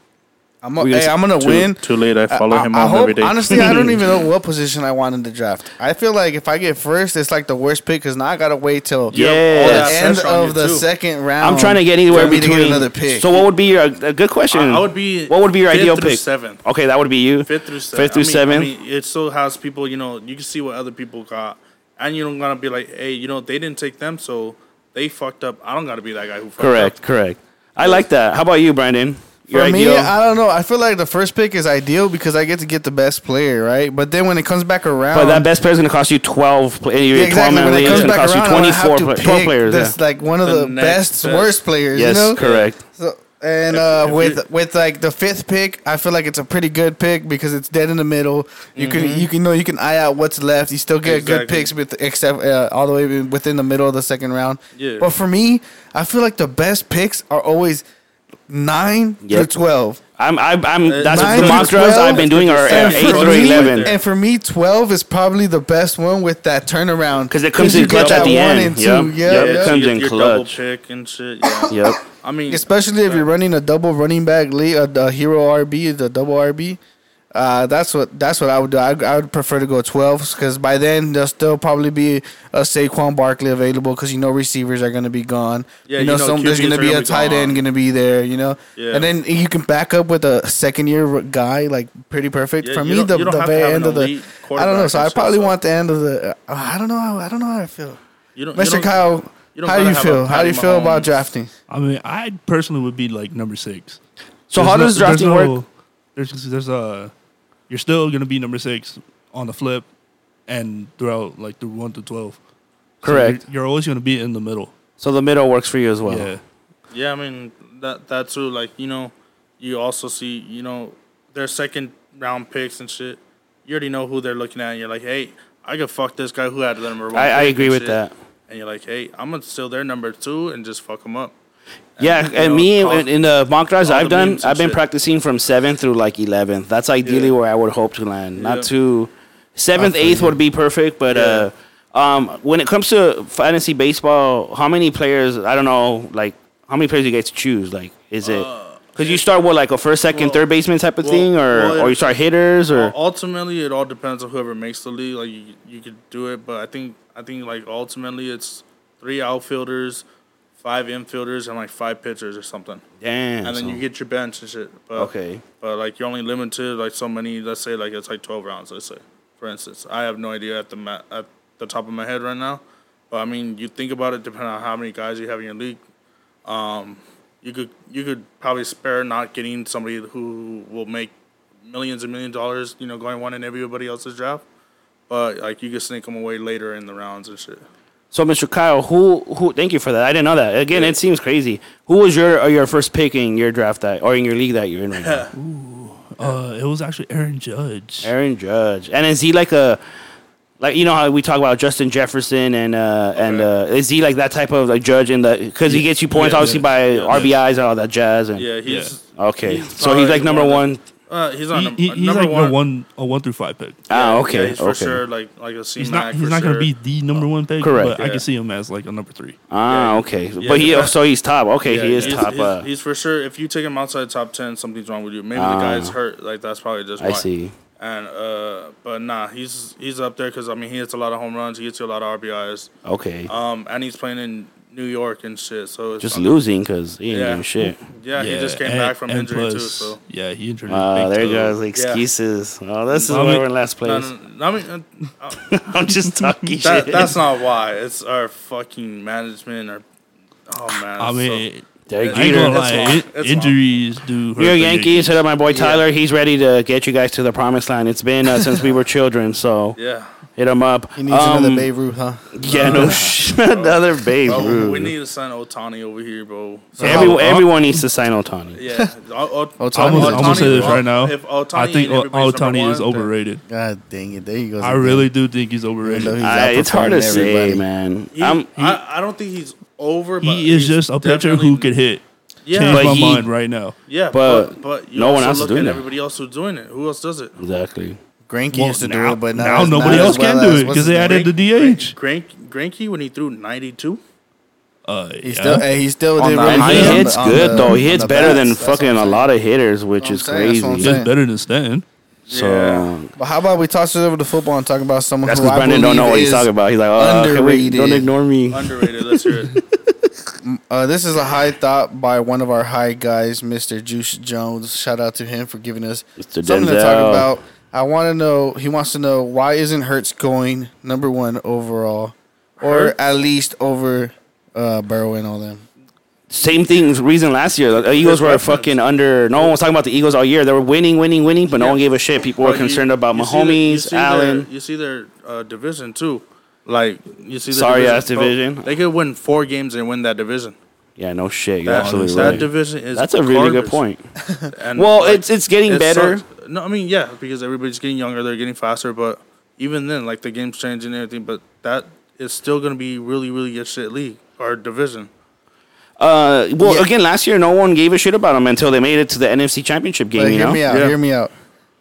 Speaker 1: I'm, a,
Speaker 2: we're gonna
Speaker 1: hey, I'm gonna
Speaker 3: Too,
Speaker 1: win.
Speaker 3: Too late. I follow
Speaker 1: I-
Speaker 3: him
Speaker 1: I
Speaker 3: home
Speaker 1: hope-
Speaker 3: every day.
Speaker 1: Honestly, I don't even know what position I want in the draft. I feel like if I get first, it's like the worst pick because now I gotta wait till
Speaker 2: Yeah.
Speaker 1: the
Speaker 2: Yeah,
Speaker 3: that's
Speaker 1: end
Speaker 3: pressure on you,
Speaker 1: of the
Speaker 3: too.
Speaker 1: second round.
Speaker 2: I'm trying to get
Speaker 1: for
Speaker 2: anywhere
Speaker 1: me to
Speaker 2: between
Speaker 1: get another pick.
Speaker 2: So what would be your a good question?
Speaker 3: I- I would be
Speaker 2: What would be your
Speaker 3: fifth
Speaker 2: ideal
Speaker 3: through
Speaker 2: pick?
Speaker 3: seventh.
Speaker 2: Okay, that would be you.
Speaker 3: Fifth through
Speaker 2: Fifth
Speaker 3: seventh.
Speaker 2: through
Speaker 3: I mean,
Speaker 2: seventh.
Speaker 3: I mean, it still has people. You know, you can see what other people got, and you don't gotta be like, hey, you know, they didn't take them, so they fucked up. I don't gotta be that guy who fucked
Speaker 2: Correct,
Speaker 3: up.
Speaker 2: correct. I like that. How about you, Brandon? Your
Speaker 1: For me,
Speaker 2: ideal.
Speaker 1: I don't know. I feel like the first pick is ideal because I get to get the best player, right? But then when it comes back around,
Speaker 2: but that best player is going to cost you 12 players.
Speaker 1: Yeah,
Speaker 2: Yeah,
Speaker 1: exactly.
Speaker 2: 12
Speaker 1: When
Speaker 2: man
Speaker 1: it
Speaker 2: league. It's
Speaker 1: comes
Speaker 2: going to
Speaker 1: back
Speaker 2: cost you
Speaker 1: around, I have
Speaker 2: 24
Speaker 1: to
Speaker 2: pla-
Speaker 1: pick
Speaker 2: 12 players.
Speaker 1: that's
Speaker 2: Yeah.
Speaker 1: like one of
Speaker 3: The
Speaker 1: the,
Speaker 3: next
Speaker 1: best,
Speaker 3: best.
Speaker 1: worst players.
Speaker 2: Yes,
Speaker 1: you know?
Speaker 2: correct.
Speaker 1: So And uh, with with like the fifth pick, I feel like it's a pretty good pick because it's dead in the middle. You can you can you know you can eye out what's left. You still get good
Speaker 3: Mm-hmm. Exactly.
Speaker 1: picks with except uh, all the way within the middle of the second round.
Speaker 3: Yeah.
Speaker 1: But for me, I feel like the best picks are always nine through
Speaker 2: Yep.
Speaker 1: twelve.
Speaker 2: I'm, I'm, I'm that's
Speaker 1: Nine
Speaker 2: the mock
Speaker 1: through
Speaker 2: drafts
Speaker 1: 12,
Speaker 2: I've been doing are
Speaker 1: And
Speaker 2: uh,
Speaker 3: and
Speaker 2: eight
Speaker 1: for,
Speaker 2: through
Speaker 1: me,
Speaker 2: eleven.
Speaker 1: and for me, twelve is probably the best one with that turnaround
Speaker 2: 'Cause it comes in
Speaker 1: you got
Speaker 2: clutch
Speaker 1: that
Speaker 2: at the
Speaker 1: one
Speaker 2: end.
Speaker 1: and two.
Speaker 2: Yep.
Speaker 1: Yeah,
Speaker 2: Yep.
Speaker 1: yeah.
Speaker 2: It comes
Speaker 3: your-
Speaker 2: in
Speaker 3: your Double
Speaker 2: clutch.
Speaker 3: pick and shit. Yeah.
Speaker 2: Yep.
Speaker 3: I mean,
Speaker 1: especially if you're running a double running back lead, a, a hero RB, the double RB. Uh, that's what that's what I would do. I, I would prefer to go 12s because by then there'll still probably be a Saquon Barkley available because you know receivers are going to be gone.
Speaker 3: Yeah,
Speaker 1: you know,
Speaker 3: you know
Speaker 1: some, there's
Speaker 3: QBs
Speaker 1: going to
Speaker 3: are
Speaker 1: be
Speaker 3: gonna
Speaker 1: a
Speaker 3: be
Speaker 1: tight end
Speaker 3: gone.
Speaker 1: going to be there. You know,
Speaker 3: Yeah.
Speaker 1: and then you can back up with a second year guy like pretty perfect.
Speaker 3: Yeah,
Speaker 1: For
Speaker 3: you
Speaker 1: me,
Speaker 3: don't-
Speaker 1: the,
Speaker 3: you don't
Speaker 1: the
Speaker 3: have to
Speaker 1: very
Speaker 3: have
Speaker 1: end
Speaker 3: an
Speaker 1: of the
Speaker 3: elite
Speaker 1: I don't know.
Speaker 3: quarterback
Speaker 1: So
Speaker 3: and
Speaker 1: I
Speaker 3: stuff,
Speaker 1: probably
Speaker 3: so-
Speaker 1: want the end of the. Uh, I don't know. how- I don't know how I feel,
Speaker 3: you don't, you
Speaker 1: Mister
Speaker 3: don't-
Speaker 1: Kyle.
Speaker 3: you don't
Speaker 1: how do
Speaker 3: gotta
Speaker 1: you
Speaker 3: have a
Speaker 1: feel? How do you
Speaker 3: Patty
Speaker 1: feel about
Speaker 3: Mahomes.
Speaker 1: drafting?
Speaker 6: I mean, I personally would be like number six.
Speaker 2: So how does drafting work?
Speaker 6: There's there's uh, you're still gonna be number six on the flip, and throughout like through one to twelve. So
Speaker 2: Correct.
Speaker 6: you're, you're always gonna be in the middle.
Speaker 2: So the middle works for you as well.
Speaker 6: Yeah.
Speaker 3: Yeah, I mean that that's true. Like you know, you also see you know their second round picks and shit. You already know who they're looking at. and You're like, hey, I could fuck this guy who had the number one.
Speaker 2: I- I
Speaker 3: pick
Speaker 2: agree
Speaker 3: and
Speaker 2: with
Speaker 3: shit."
Speaker 2: that.
Speaker 3: And you're like, hey, I'm gonna steal their number two and just fuck them up.
Speaker 2: Yeah,
Speaker 3: you
Speaker 2: and
Speaker 3: know,
Speaker 2: me
Speaker 3: all-
Speaker 2: in, in the mock drives
Speaker 3: all
Speaker 2: I've
Speaker 3: the
Speaker 2: done,
Speaker 3: memes and
Speaker 2: I've been
Speaker 3: shit.
Speaker 2: practicing from seventh through like eleventh. That's ideally
Speaker 3: Yeah.
Speaker 2: where I would hope to land.
Speaker 3: Yeah.
Speaker 2: Not to seventh, eighth would be perfect, but
Speaker 3: Yeah.
Speaker 2: uh, um, when it comes to fantasy baseball, how many players? I don't know, like how many players you guys choose? Like, is it because you start with like a first, second,
Speaker 3: Uh, well,
Speaker 2: third baseman type of
Speaker 3: well,
Speaker 2: thing, or
Speaker 3: well,
Speaker 2: or you start hitters, or
Speaker 3: Well, ultimately, it all depends on whoever makes the league. Like you, you could do it, but I think I think like ultimately it's three outfielders, five infielders, and like five pitchers or something.
Speaker 2: damn,
Speaker 3: and then you get your bench and shit. But,
Speaker 2: Okay.
Speaker 3: But like you're only limited like so many. Let's say like it's like twelve rounds. Let's say, for instance, I have no idea at the ma- at the top of my head right now. But I mean, you think about it, depending on how many guys you have in your league. Um, you could you could probably spare not getting somebody who will make millions and million dollars. You know, going one in everybody else's draft. But like you could sneak them away later in the rounds and shit.
Speaker 2: So, Mr. Kyle, who who? Thank you for that. I didn't know that. Again, it seems crazy. Who was your or your first pick in your draft that or in your league that you're in right now?
Speaker 6: Uh, it was actually Aaron Judge.
Speaker 2: Aaron Judge. And is he like a like you know how we talk about Justin Jefferson and uh and uh is he like that type of like judge in the because he gets you points
Speaker 3: Yeah,
Speaker 2: obviously
Speaker 3: yeah,
Speaker 2: by
Speaker 3: yeah.
Speaker 2: RBIs and all that jazz and
Speaker 3: Yeah, he's
Speaker 2: okay
Speaker 3: he's
Speaker 2: so he's
Speaker 3: probably
Speaker 2: like number
Speaker 3: one
Speaker 2: one.
Speaker 3: of uh, he's not
Speaker 6: He,
Speaker 3: num-
Speaker 6: he, he's
Speaker 3: number
Speaker 6: like
Speaker 3: one.
Speaker 6: a one a one through five pick.
Speaker 2: Ah,
Speaker 3: Yeah,
Speaker 2: okay,
Speaker 3: yeah, he's
Speaker 2: okay.
Speaker 3: for sure like like a C
Speaker 6: He's
Speaker 3: Mac.
Speaker 6: not he's not
Speaker 3: sure.
Speaker 6: gonna be the number one pick.
Speaker 2: Correct.
Speaker 6: But I
Speaker 3: Yeah.
Speaker 6: can see him as like a number three.
Speaker 2: Ah,
Speaker 3: Yeah.
Speaker 2: okay,
Speaker 3: Yeah,
Speaker 2: but he
Speaker 3: yeah.
Speaker 2: so he's top. Okay,
Speaker 3: Yeah,
Speaker 2: he is
Speaker 3: he's,
Speaker 2: top.
Speaker 3: He's,
Speaker 2: uh, Ah.
Speaker 3: he's for sure. If you take him outside top ten, something's wrong with you. Maybe the guy's hurt. Like that's probably just. Why.
Speaker 2: I see.
Speaker 3: And uh, but nah, he's he's up there because I mean he hits a lot of home runs. He gets you a lot of RBIs.
Speaker 2: Okay,
Speaker 3: Um, and he's playing in New York and shit. So it's
Speaker 2: just losing because he ain't
Speaker 3: Yeah.
Speaker 2: doing shit.
Speaker 3: Yeah, he just came
Speaker 6: and-
Speaker 3: back from
Speaker 6: and
Speaker 3: injury too.
Speaker 6: plus-
Speaker 3: So.
Speaker 6: yeah, he injured. his
Speaker 2: Ah,
Speaker 6: big
Speaker 2: there
Speaker 6: toe.
Speaker 2: goes excuses. Oh, this is
Speaker 6: Well, I
Speaker 2: why
Speaker 6: mean-
Speaker 2: we're in last
Speaker 3: No,
Speaker 2: place.
Speaker 3: no, no, I mean, uh,
Speaker 2: I'm just talking
Speaker 3: that,
Speaker 2: shit.
Speaker 3: that's not why. It's our fucking management. Or oh man,
Speaker 6: I
Speaker 3: it's
Speaker 6: mean,
Speaker 2: Derek
Speaker 6: I ain't
Speaker 2: Jeter.
Speaker 6: gonna
Speaker 3: That's
Speaker 6: lie,
Speaker 3: long.
Speaker 6: it-
Speaker 3: That's long.
Speaker 6: injuries do hurt.
Speaker 2: New York
Speaker 6: the
Speaker 2: Yankees hit up my boy Tyler. He's ready to get you guys to the promised land. It's been uh, since we were children, so
Speaker 3: so, yeah.
Speaker 2: hit him up.
Speaker 1: He needs
Speaker 2: Um,
Speaker 1: another Babe Ruth, huh?
Speaker 2: Yeah, no, sh- another Babe
Speaker 3: Bro,
Speaker 2: Ruth.
Speaker 3: we need to sign Otani over here, bro. uh,
Speaker 2: Every,
Speaker 1: Oh, oh.
Speaker 2: everyone needs to sign Otani.
Speaker 3: Yeah, o- o-
Speaker 1: Ohtani- I'm gonna- I'm
Speaker 6: gonna say this right now.
Speaker 3: If Ohtani
Speaker 6: I think
Speaker 3: and everybody's number
Speaker 6: Otani is
Speaker 3: one,
Speaker 6: overrated.
Speaker 1: God dang it! There you go.
Speaker 6: I really do think he's overrated.
Speaker 2: I- it's hard to say, man.
Speaker 3: He,
Speaker 2: I'm,
Speaker 3: I, I don't think he's over. But
Speaker 6: He is
Speaker 3: he's
Speaker 6: just a pitcher
Speaker 3: definitely-
Speaker 6: who could hit.
Speaker 3: Yeah,
Speaker 6: Change
Speaker 2: But
Speaker 6: my
Speaker 2: he-
Speaker 6: mind right now.
Speaker 3: yeah,
Speaker 2: but
Speaker 3: but but you
Speaker 2: no
Speaker 3: also
Speaker 2: one else is
Speaker 3: look
Speaker 2: doing
Speaker 3: at
Speaker 2: that.
Speaker 3: everybody else who's doing it. Who else does it?
Speaker 2: exactly.
Speaker 1: Granky
Speaker 6: Well,
Speaker 1: used to do
Speaker 6: now-
Speaker 1: it, but
Speaker 6: now
Speaker 1: not as-
Speaker 6: nobody
Speaker 1: not
Speaker 6: else
Speaker 1: as well
Speaker 6: can do
Speaker 1: as-
Speaker 6: it,
Speaker 1: what's his
Speaker 6: 'cause they
Speaker 1: name?
Speaker 6: added- the DH.
Speaker 3: Grank Granky when he threw ninety two.
Speaker 6: Uh,
Speaker 1: He
Speaker 6: yeah.
Speaker 1: still, hey, he still
Speaker 3: On
Speaker 1: did
Speaker 3: the
Speaker 1: really
Speaker 2: And
Speaker 3: high
Speaker 2: he
Speaker 1: good on
Speaker 2: hits
Speaker 1: the- on
Speaker 2: good
Speaker 1: the-
Speaker 2: though.
Speaker 1: on
Speaker 2: He hits
Speaker 1: the
Speaker 2: better than
Speaker 1: bats. That's what
Speaker 2: fucking
Speaker 1: I'm
Speaker 2: a
Speaker 1: saying.
Speaker 2: lot of hitters, which
Speaker 1: what
Speaker 2: is
Speaker 1: I'm saying, that's what I'm
Speaker 2: crazy.
Speaker 1: saying.
Speaker 6: That's better than Stan.
Speaker 2: So
Speaker 1: But how about we toss it over to football and talk about someone
Speaker 2: that's
Speaker 1: who
Speaker 2: because
Speaker 1: I
Speaker 2: Brandon don't know
Speaker 1: believe
Speaker 2: what he's
Speaker 1: is-
Speaker 2: talking about. He's like, oh, okay, wait, don't
Speaker 1: underrated.
Speaker 2: ignore me.
Speaker 3: Underrated. Let's hear it.
Speaker 1: Uh, this is a high thought by one of our high guys, Mr. Juice Jones. Shout out to him for giving us
Speaker 2: Mr.
Speaker 1: something to
Speaker 2: Denzel.
Speaker 1: talk about. I want to know. He wants to know why isn't Hertz going number one overall, or
Speaker 3: Hurts?
Speaker 1: at least over uh, Burrow and all them.
Speaker 2: Same thing reason last year. The Eagles were
Speaker 3: weapons.
Speaker 2: fucking under. No one was talking about the Eagles all year. They were winning, winning, winning, but no
Speaker 3: Yeah.
Speaker 2: one gave a shit. People were
Speaker 3: But you-
Speaker 2: concerned about
Speaker 3: you see their- you
Speaker 2: Mahomes,
Speaker 3: see their-
Speaker 2: Allen.
Speaker 3: you see their uh, division too. Like you see, the
Speaker 2: Sorry ass
Speaker 3: bro.
Speaker 2: division.
Speaker 3: They could win four games and win that division.
Speaker 2: Yeah, no shit. You're
Speaker 3: That,
Speaker 2: absolutely
Speaker 3: that
Speaker 2: right.
Speaker 3: division is
Speaker 2: That's a really good
Speaker 3: garbage.
Speaker 2: point.
Speaker 3: And,
Speaker 2: Well,
Speaker 3: like,
Speaker 2: it's it's getting
Speaker 3: it
Speaker 2: better.
Speaker 3: sucks. No, I mean yeah, because everybody's getting younger, they're getting faster, but even then, like the game's changing and everything, but that is still gonna be really, really good shit league or division.
Speaker 2: Uh, well,
Speaker 1: Yeah.
Speaker 2: again, last year no one gave a shit about him until they made it to the NFC Championship game.
Speaker 1: But
Speaker 2: you
Speaker 1: hear
Speaker 2: know?
Speaker 1: me out.
Speaker 3: Yeah.
Speaker 1: Hear me out.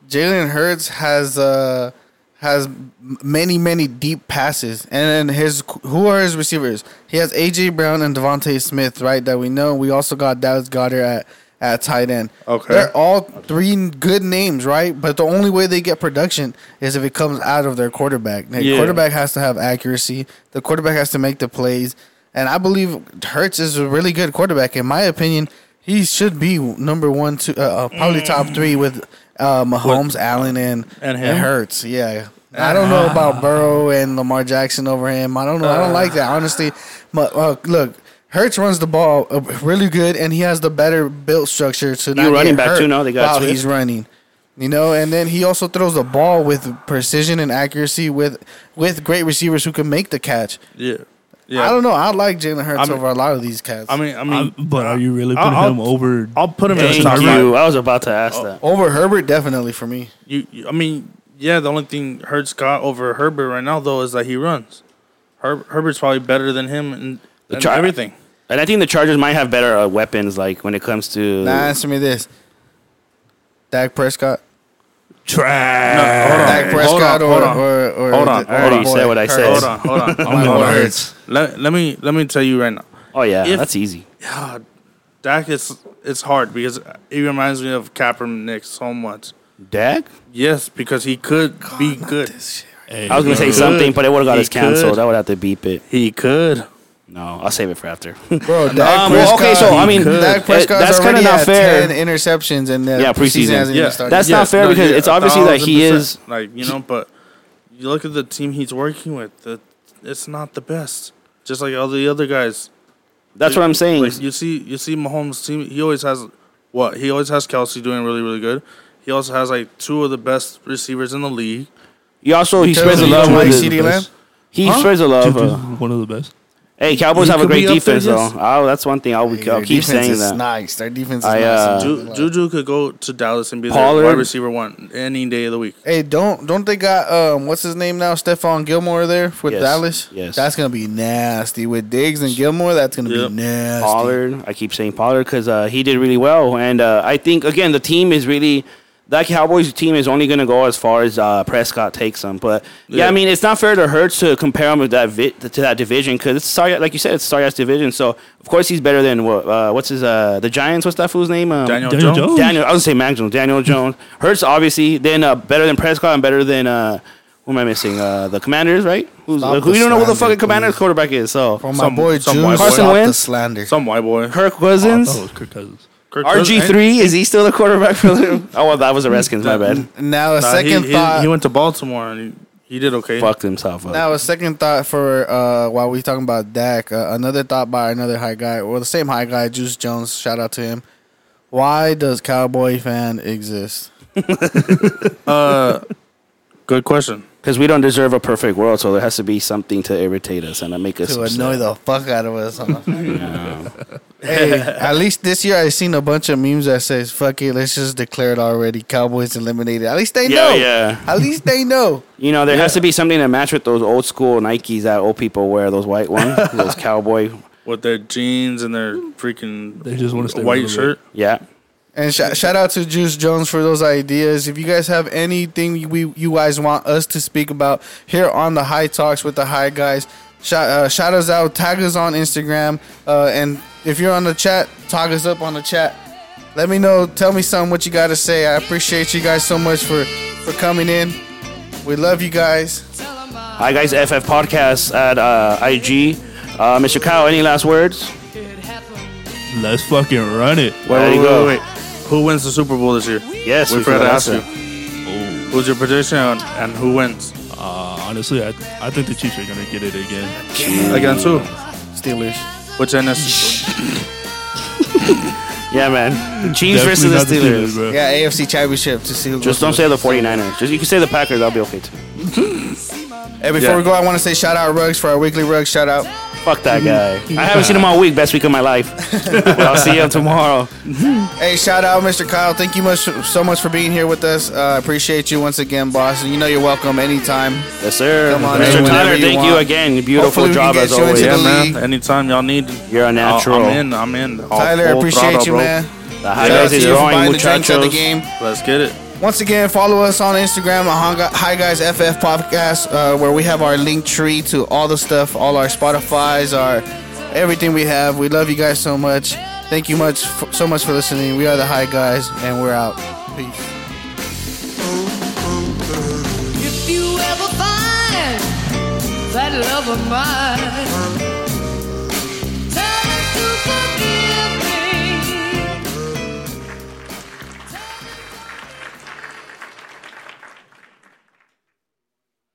Speaker 1: Jalen Hurts has uh has m- many many deep passes, and then his who are his receivers? He has AJ Brown and Devontae Smith, right? That we know. We also got Dallas Goddard at at tight end.
Speaker 3: Okay.
Speaker 1: they're all three good names, right? But the only way they get production is if it comes out of their quarterback. The
Speaker 2: Yeah.
Speaker 1: quarterback has to have accuracy. The quarterback has to make the plays. And I believe Hertz is a really good quarterback. In my opinion, he should be number one, two, uh, uh, probably top three with uh, Mahomes, Allen, and,
Speaker 3: And him?
Speaker 1: and Hertz. Yeah. I don't know about Burrow and Lamar Jackson over him. I don't know. I don't like that, honestly. But uh, look, Hertz runs the ball uh, really good, and he has the better built structure to
Speaker 2: You're
Speaker 1: not
Speaker 2: running
Speaker 1: get
Speaker 2: back,
Speaker 1: hurt
Speaker 2: too, now they got
Speaker 1: while
Speaker 2: Swift.
Speaker 1: he's running. You know, and then he also throws the ball with precision and accuracy with with great receivers who can make the catch.
Speaker 3: Yeah. Yeah.
Speaker 1: I don't know. I like Jalen Hurts
Speaker 3: I'm-
Speaker 1: over a lot of these cats.
Speaker 3: I mean I
Speaker 6: I-
Speaker 3: mean
Speaker 6: but are you really
Speaker 3: I'll-
Speaker 6: putting
Speaker 3: I'll-
Speaker 6: him over?
Speaker 3: I'll put him in the
Speaker 2: Thank
Speaker 3: top five.
Speaker 2: you. I was about to
Speaker 3: Oh.
Speaker 2: ask that.
Speaker 1: over Herbert, definitely for me.
Speaker 3: You, you, I mean, yeah. The only thing Hurts got over Herbert right now though is that he runs. Herb, Herbert's probably better than him in, in
Speaker 2: Char-
Speaker 3: everything.
Speaker 2: And I think the Chargers might have better uh, weapons, like when it comes to.
Speaker 1: Now answer me this: Dak Prescott,
Speaker 6: Trash.
Speaker 1: Dak Prescott,
Speaker 3: hold
Speaker 1: or,
Speaker 3: on.
Speaker 1: or or
Speaker 3: Hold on,
Speaker 1: the-
Speaker 2: I already
Speaker 1: boy,
Speaker 2: said what I said.
Speaker 1: Hurts.
Speaker 3: Hold on, hold on.
Speaker 1: My boy Hurts.
Speaker 3: Let, let me let me tell you right now.
Speaker 2: Oh yeah,
Speaker 3: If-
Speaker 2: that's easy.
Speaker 3: God, Ah, Dak is it's hard because it reminds me of Kaepernick so much.
Speaker 2: Dak.
Speaker 3: Yes, because he could be good.
Speaker 2: I
Speaker 6: uh,
Speaker 2: was gonna say something, but it would have got
Speaker 3: He
Speaker 2: us canceled.
Speaker 3: could.
Speaker 2: I would have to beep it.
Speaker 3: He could.
Speaker 2: No, I'll save it for after.
Speaker 1: Bro, Dak
Speaker 2: Um, well,
Speaker 1: Prescott.
Speaker 2: okay, so, I mean, He could.
Speaker 1: Dak
Speaker 2: it-
Speaker 1: Prescott's
Speaker 2: that's kinda
Speaker 1: already
Speaker 2: not
Speaker 1: had
Speaker 2: fair.
Speaker 1: ten interceptions, and the
Speaker 2: Yeah, preseason.
Speaker 1: preseason hasn't
Speaker 3: Yeah,
Speaker 1: even started.
Speaker 2: That's not fair because
Speaker 3: yeah,
Speaker 2: it's
Speaker 3: a
Speaker 2: obviously that he
Speaker 3: thousand
Speaker 2: is-
Speaker 3: percent. like you know, but you look at the team he's working with. The, it's not the best. Just like all the other guys.
Speaker 2: That's what I'm saying.
Speaker 3: Like you see, you see Mahomes' team. He always has what he always has Kelsey doing really, really good. He also has like two of the best receivers in the league.
Speaker 2: He also he
Speaker 1: Tell
Speaker 2: spreads the
Speaker 1: me,
Speaker 2: love
Speaker 1: you like
Speaker 2: with
Speaker 1: CD Lamb?
Speaker 2: his, He spreads the love. uh,
Speaker 6: One of the best.
Speaker 2: hey, Cowboys
Speaker 3: He
Speaker 2: have a
Speaker 3: could
Speaker 2: great
Speaker 3: be up there,
Speaker 2: defense
Speaker 3: yes.
Speaker 2: though. I'll, that's one thing I'll, I'll
Speaker 1: Their
Speaker 2: keep
Speaker 1: defense
Speaker 2: saying
Speaker 1: is
Speaker 2: that.
Speaker 1: nice. Their defense is
Speaker 2: I, uh,
Speaker 1: nice.
Speaker 3: Ju- Juju could go to Dallas and be
Speaker 2: Pollard.
Speaker 3: their wide receiver one any day of the week.
Speaker 1: Hey, don't don't they got um what's his name now? Stephon Gilmore there with
Speaker 2: Yes,
Speaker 1: Dallas.
Speaker 2: yes.
Speaker 1: that's gonna be nasty with Diggs and Gilmore. That's gonna
Speaker 3: Yep.
Speaker 1: be nasty.
Speaker 2: Pollard. I keep saying Pollard because uh, he did really well, and uh, I think again the team is really that Cowboys team is only going to go as far as uh, Prescott takes them. But yeah,
Speaker 3: Yeah.
Speaker 2: I mean it's not fair to Hurts to compare him with that vi- to that division because it's sorry, like you said, it's sorry ass division. So of course he's better than what uh, what's his uh, the Giants? What's that fool's name? Um,
Speaker 3: Daniel,
Speaker 6: Daniel
Speaker 3: Jones.
Speaker 6: Jones?
Speaker 2: Daniel, I was gonna say Mac Jones, Daniel Jones, Hurts obviously, then uh, better than Prescott and better than uh, who am I missing? Uh, the Commanders, right? Who's
Speaker 1: Stop
Speaker 2: uh, who?
Speaker 1: the
Speaker 2: You don't know who the
Speaker 1: slander,
Speaker 2: fucking Commanders
Speaker 1: please.
Speaker 2: quarterback is. So
Speaker 1: From
Speaker 3: Some-
Speaker 1: Oh, my boy
Speaker 3: some
Speaker 1: Juice,
Speaker 3: white boy.
Speaker 2: Carson
Speaker 1: stop the
Speaker 2: Wentz?
Speaker 1: slander.
Speaker 3: Some white boy.
Speaker 2: Kirk
Speaker 6: Oh,
Speaker 2: Cousins,
Speaker 6: that was Kirk Cousins.
Speaker 3: Kirk
Speaker 1: Oh,
Speaker 2: RG
Speaker 3: Cousins.
Speaker 2: three is he still the quarterback for them? Oh, well, that was the Redskins. My bad.
Speaker 1: now a
Speaker 3: Nah, he-
Speaker 1: second
Speaker 3: he,
Speaker 1: thought.
Speaker 3: He, went to Baltimore and he, he did okay.
Speaker 2: Fucked himself up.
Speaker 1: now a second thought for uh while we talking about Dak. Uh, another thought by another high guy, or the same high guy, Juice Jones. Shout out to him. Why does Cowboy fan exist?
Speaker 3: Uh, good question.
Speaker 2: Because we don't deserve a perfect world, so there has to be something to irritate us and to make us
Speaker 1: To
Speaker 2: upset.
Speaker 1: annoy the fuck out of us. Huh? hey, at least this year I seen a bunch of memes that says "fuck it," let's just declare it already. Cowboys eliminated. At least they
Speaker 2: Yeah,
Speaker 1: know.
Speaker 2: yeah.
Speaker 1: At least they know.
Speaker 2: You know, there has to be something to match with those old school Nikes that old people wear, those white ones, those cowboy.
Speaker 3: With their jeans and their freaking
Speaker 6: They just wanna stay
Speaker 3: white
Speaker 6: relevant.
Speaker 3: shirt.
Speaker 2: Yeah.
Speaker 1: And sh- shout out to Juice Jones for those ideas. If you guys have anything we you guys want us to speak about here on the High Talks with the High Guys, shout, uh, shout us out, tag us on Instagram, uh, and if you're on the chat, tag us up on the chat. Let me know. Tell me something what you got to say. I appreciate you guys so much for for coming in. We love you guys.
Speaker 2: Hi, guys. FF Podcast at uh, IG. Uh, Mr. Kyle, any last words?
Speaker 6: Let's fucking run it.
Speaker 2: There you go.
Speaker 3: Who wins the Super Bowl this year?
Speaker 2: Yes,
Speaker 3: we forgot to ask you.
Speaker 2: that.
Speaker 3: Who's your prediction on, and who wins?
Speaker 6: Uh, honestly, I, I think the Chiefs are gonna get it again.
Speaker 3: Against who?
Speaker 1: Steelers.
Speaker 3: Which NFC?
Speaker 2: Yeah, man. Chiefs
Speaker 6: Definitely not
Speaker 2: versus the Steelers.
Speaker 6: bro.
Speaker 1: Yeah, AFC Championship to see who
Speaker 2: Just don't
Speaker 1: goes
Speaker 2: say the 49ers. Just, you can say the Packers. I'll be okay too.
Speaker 1: Hey, before
Speaker 3: Yeah.
Speaker 1: we go, I want to say shout out Rugs for our weekly Rugs shout out.
Speaker 2: Fuck that guy.
Speaker 1: Mm-hmm.
Speaker 2: I haven't seen him all week. Best week of my life. But I'll see you tomorrow.
Speaker 1: Hey, shout out, Mr. Kyle. Thank you much so much for being here with us. Uh, appreciate you once again, boss. And you know you're welcome anytime.
Speaker 2: Yes, sir.
Speaker 1: Come on in
Speaker 2: Mr.
Speaker 1: whenever
Speaker 2: Tyler,
Speaker 1: you
Speaker 2: thank you,
Speaker 1: want.
Speaker 2: again. Beautiful
Speaker 1: Hopefully we can
Speaker 2: job
Speaker 1: get
Speaker 2: as
Speaker 1: you into
Speaker 2: always.
Speaker 1: the
Speaker 3: Yeah, man.
Speaker 1: league.
Speaker 3: Anytime y'all need,
Speaker 2: You're a
Speaker 3: I'll-
Speaker 2: natural.
Speaker 3: I'm in. I'm in. All
Speaker 1: Tyler,
Speaker 3: full
Speaker 1: appreciate
Speaker 3: throttle,
Speaker 1: you,
Speaker 3: bro.
Speaker 1: man.
Speaker 2: The
Speaker 1: Shout out
Speaker 2: highlights
Speaker 1: to
Speaker 2: is
Speaker 1: you for
Speaker 2: growing,
Speaker 1: buying the drinks at the
Speaker 2: muchachos.
Speaker 1: game.
Speaker 3: Let's get it.
Speaker 1: Once again, follow us on Instagram at Hung- Hi Guys FF Podcast, uh, where we have our link tree to all the stuff, all our Spotify's, our everything we have. We love you guys so much. Thank you much f- so much for listening. We are the High Guys, and we're out. Peace.
Speaker 7: If you ever find that love of mine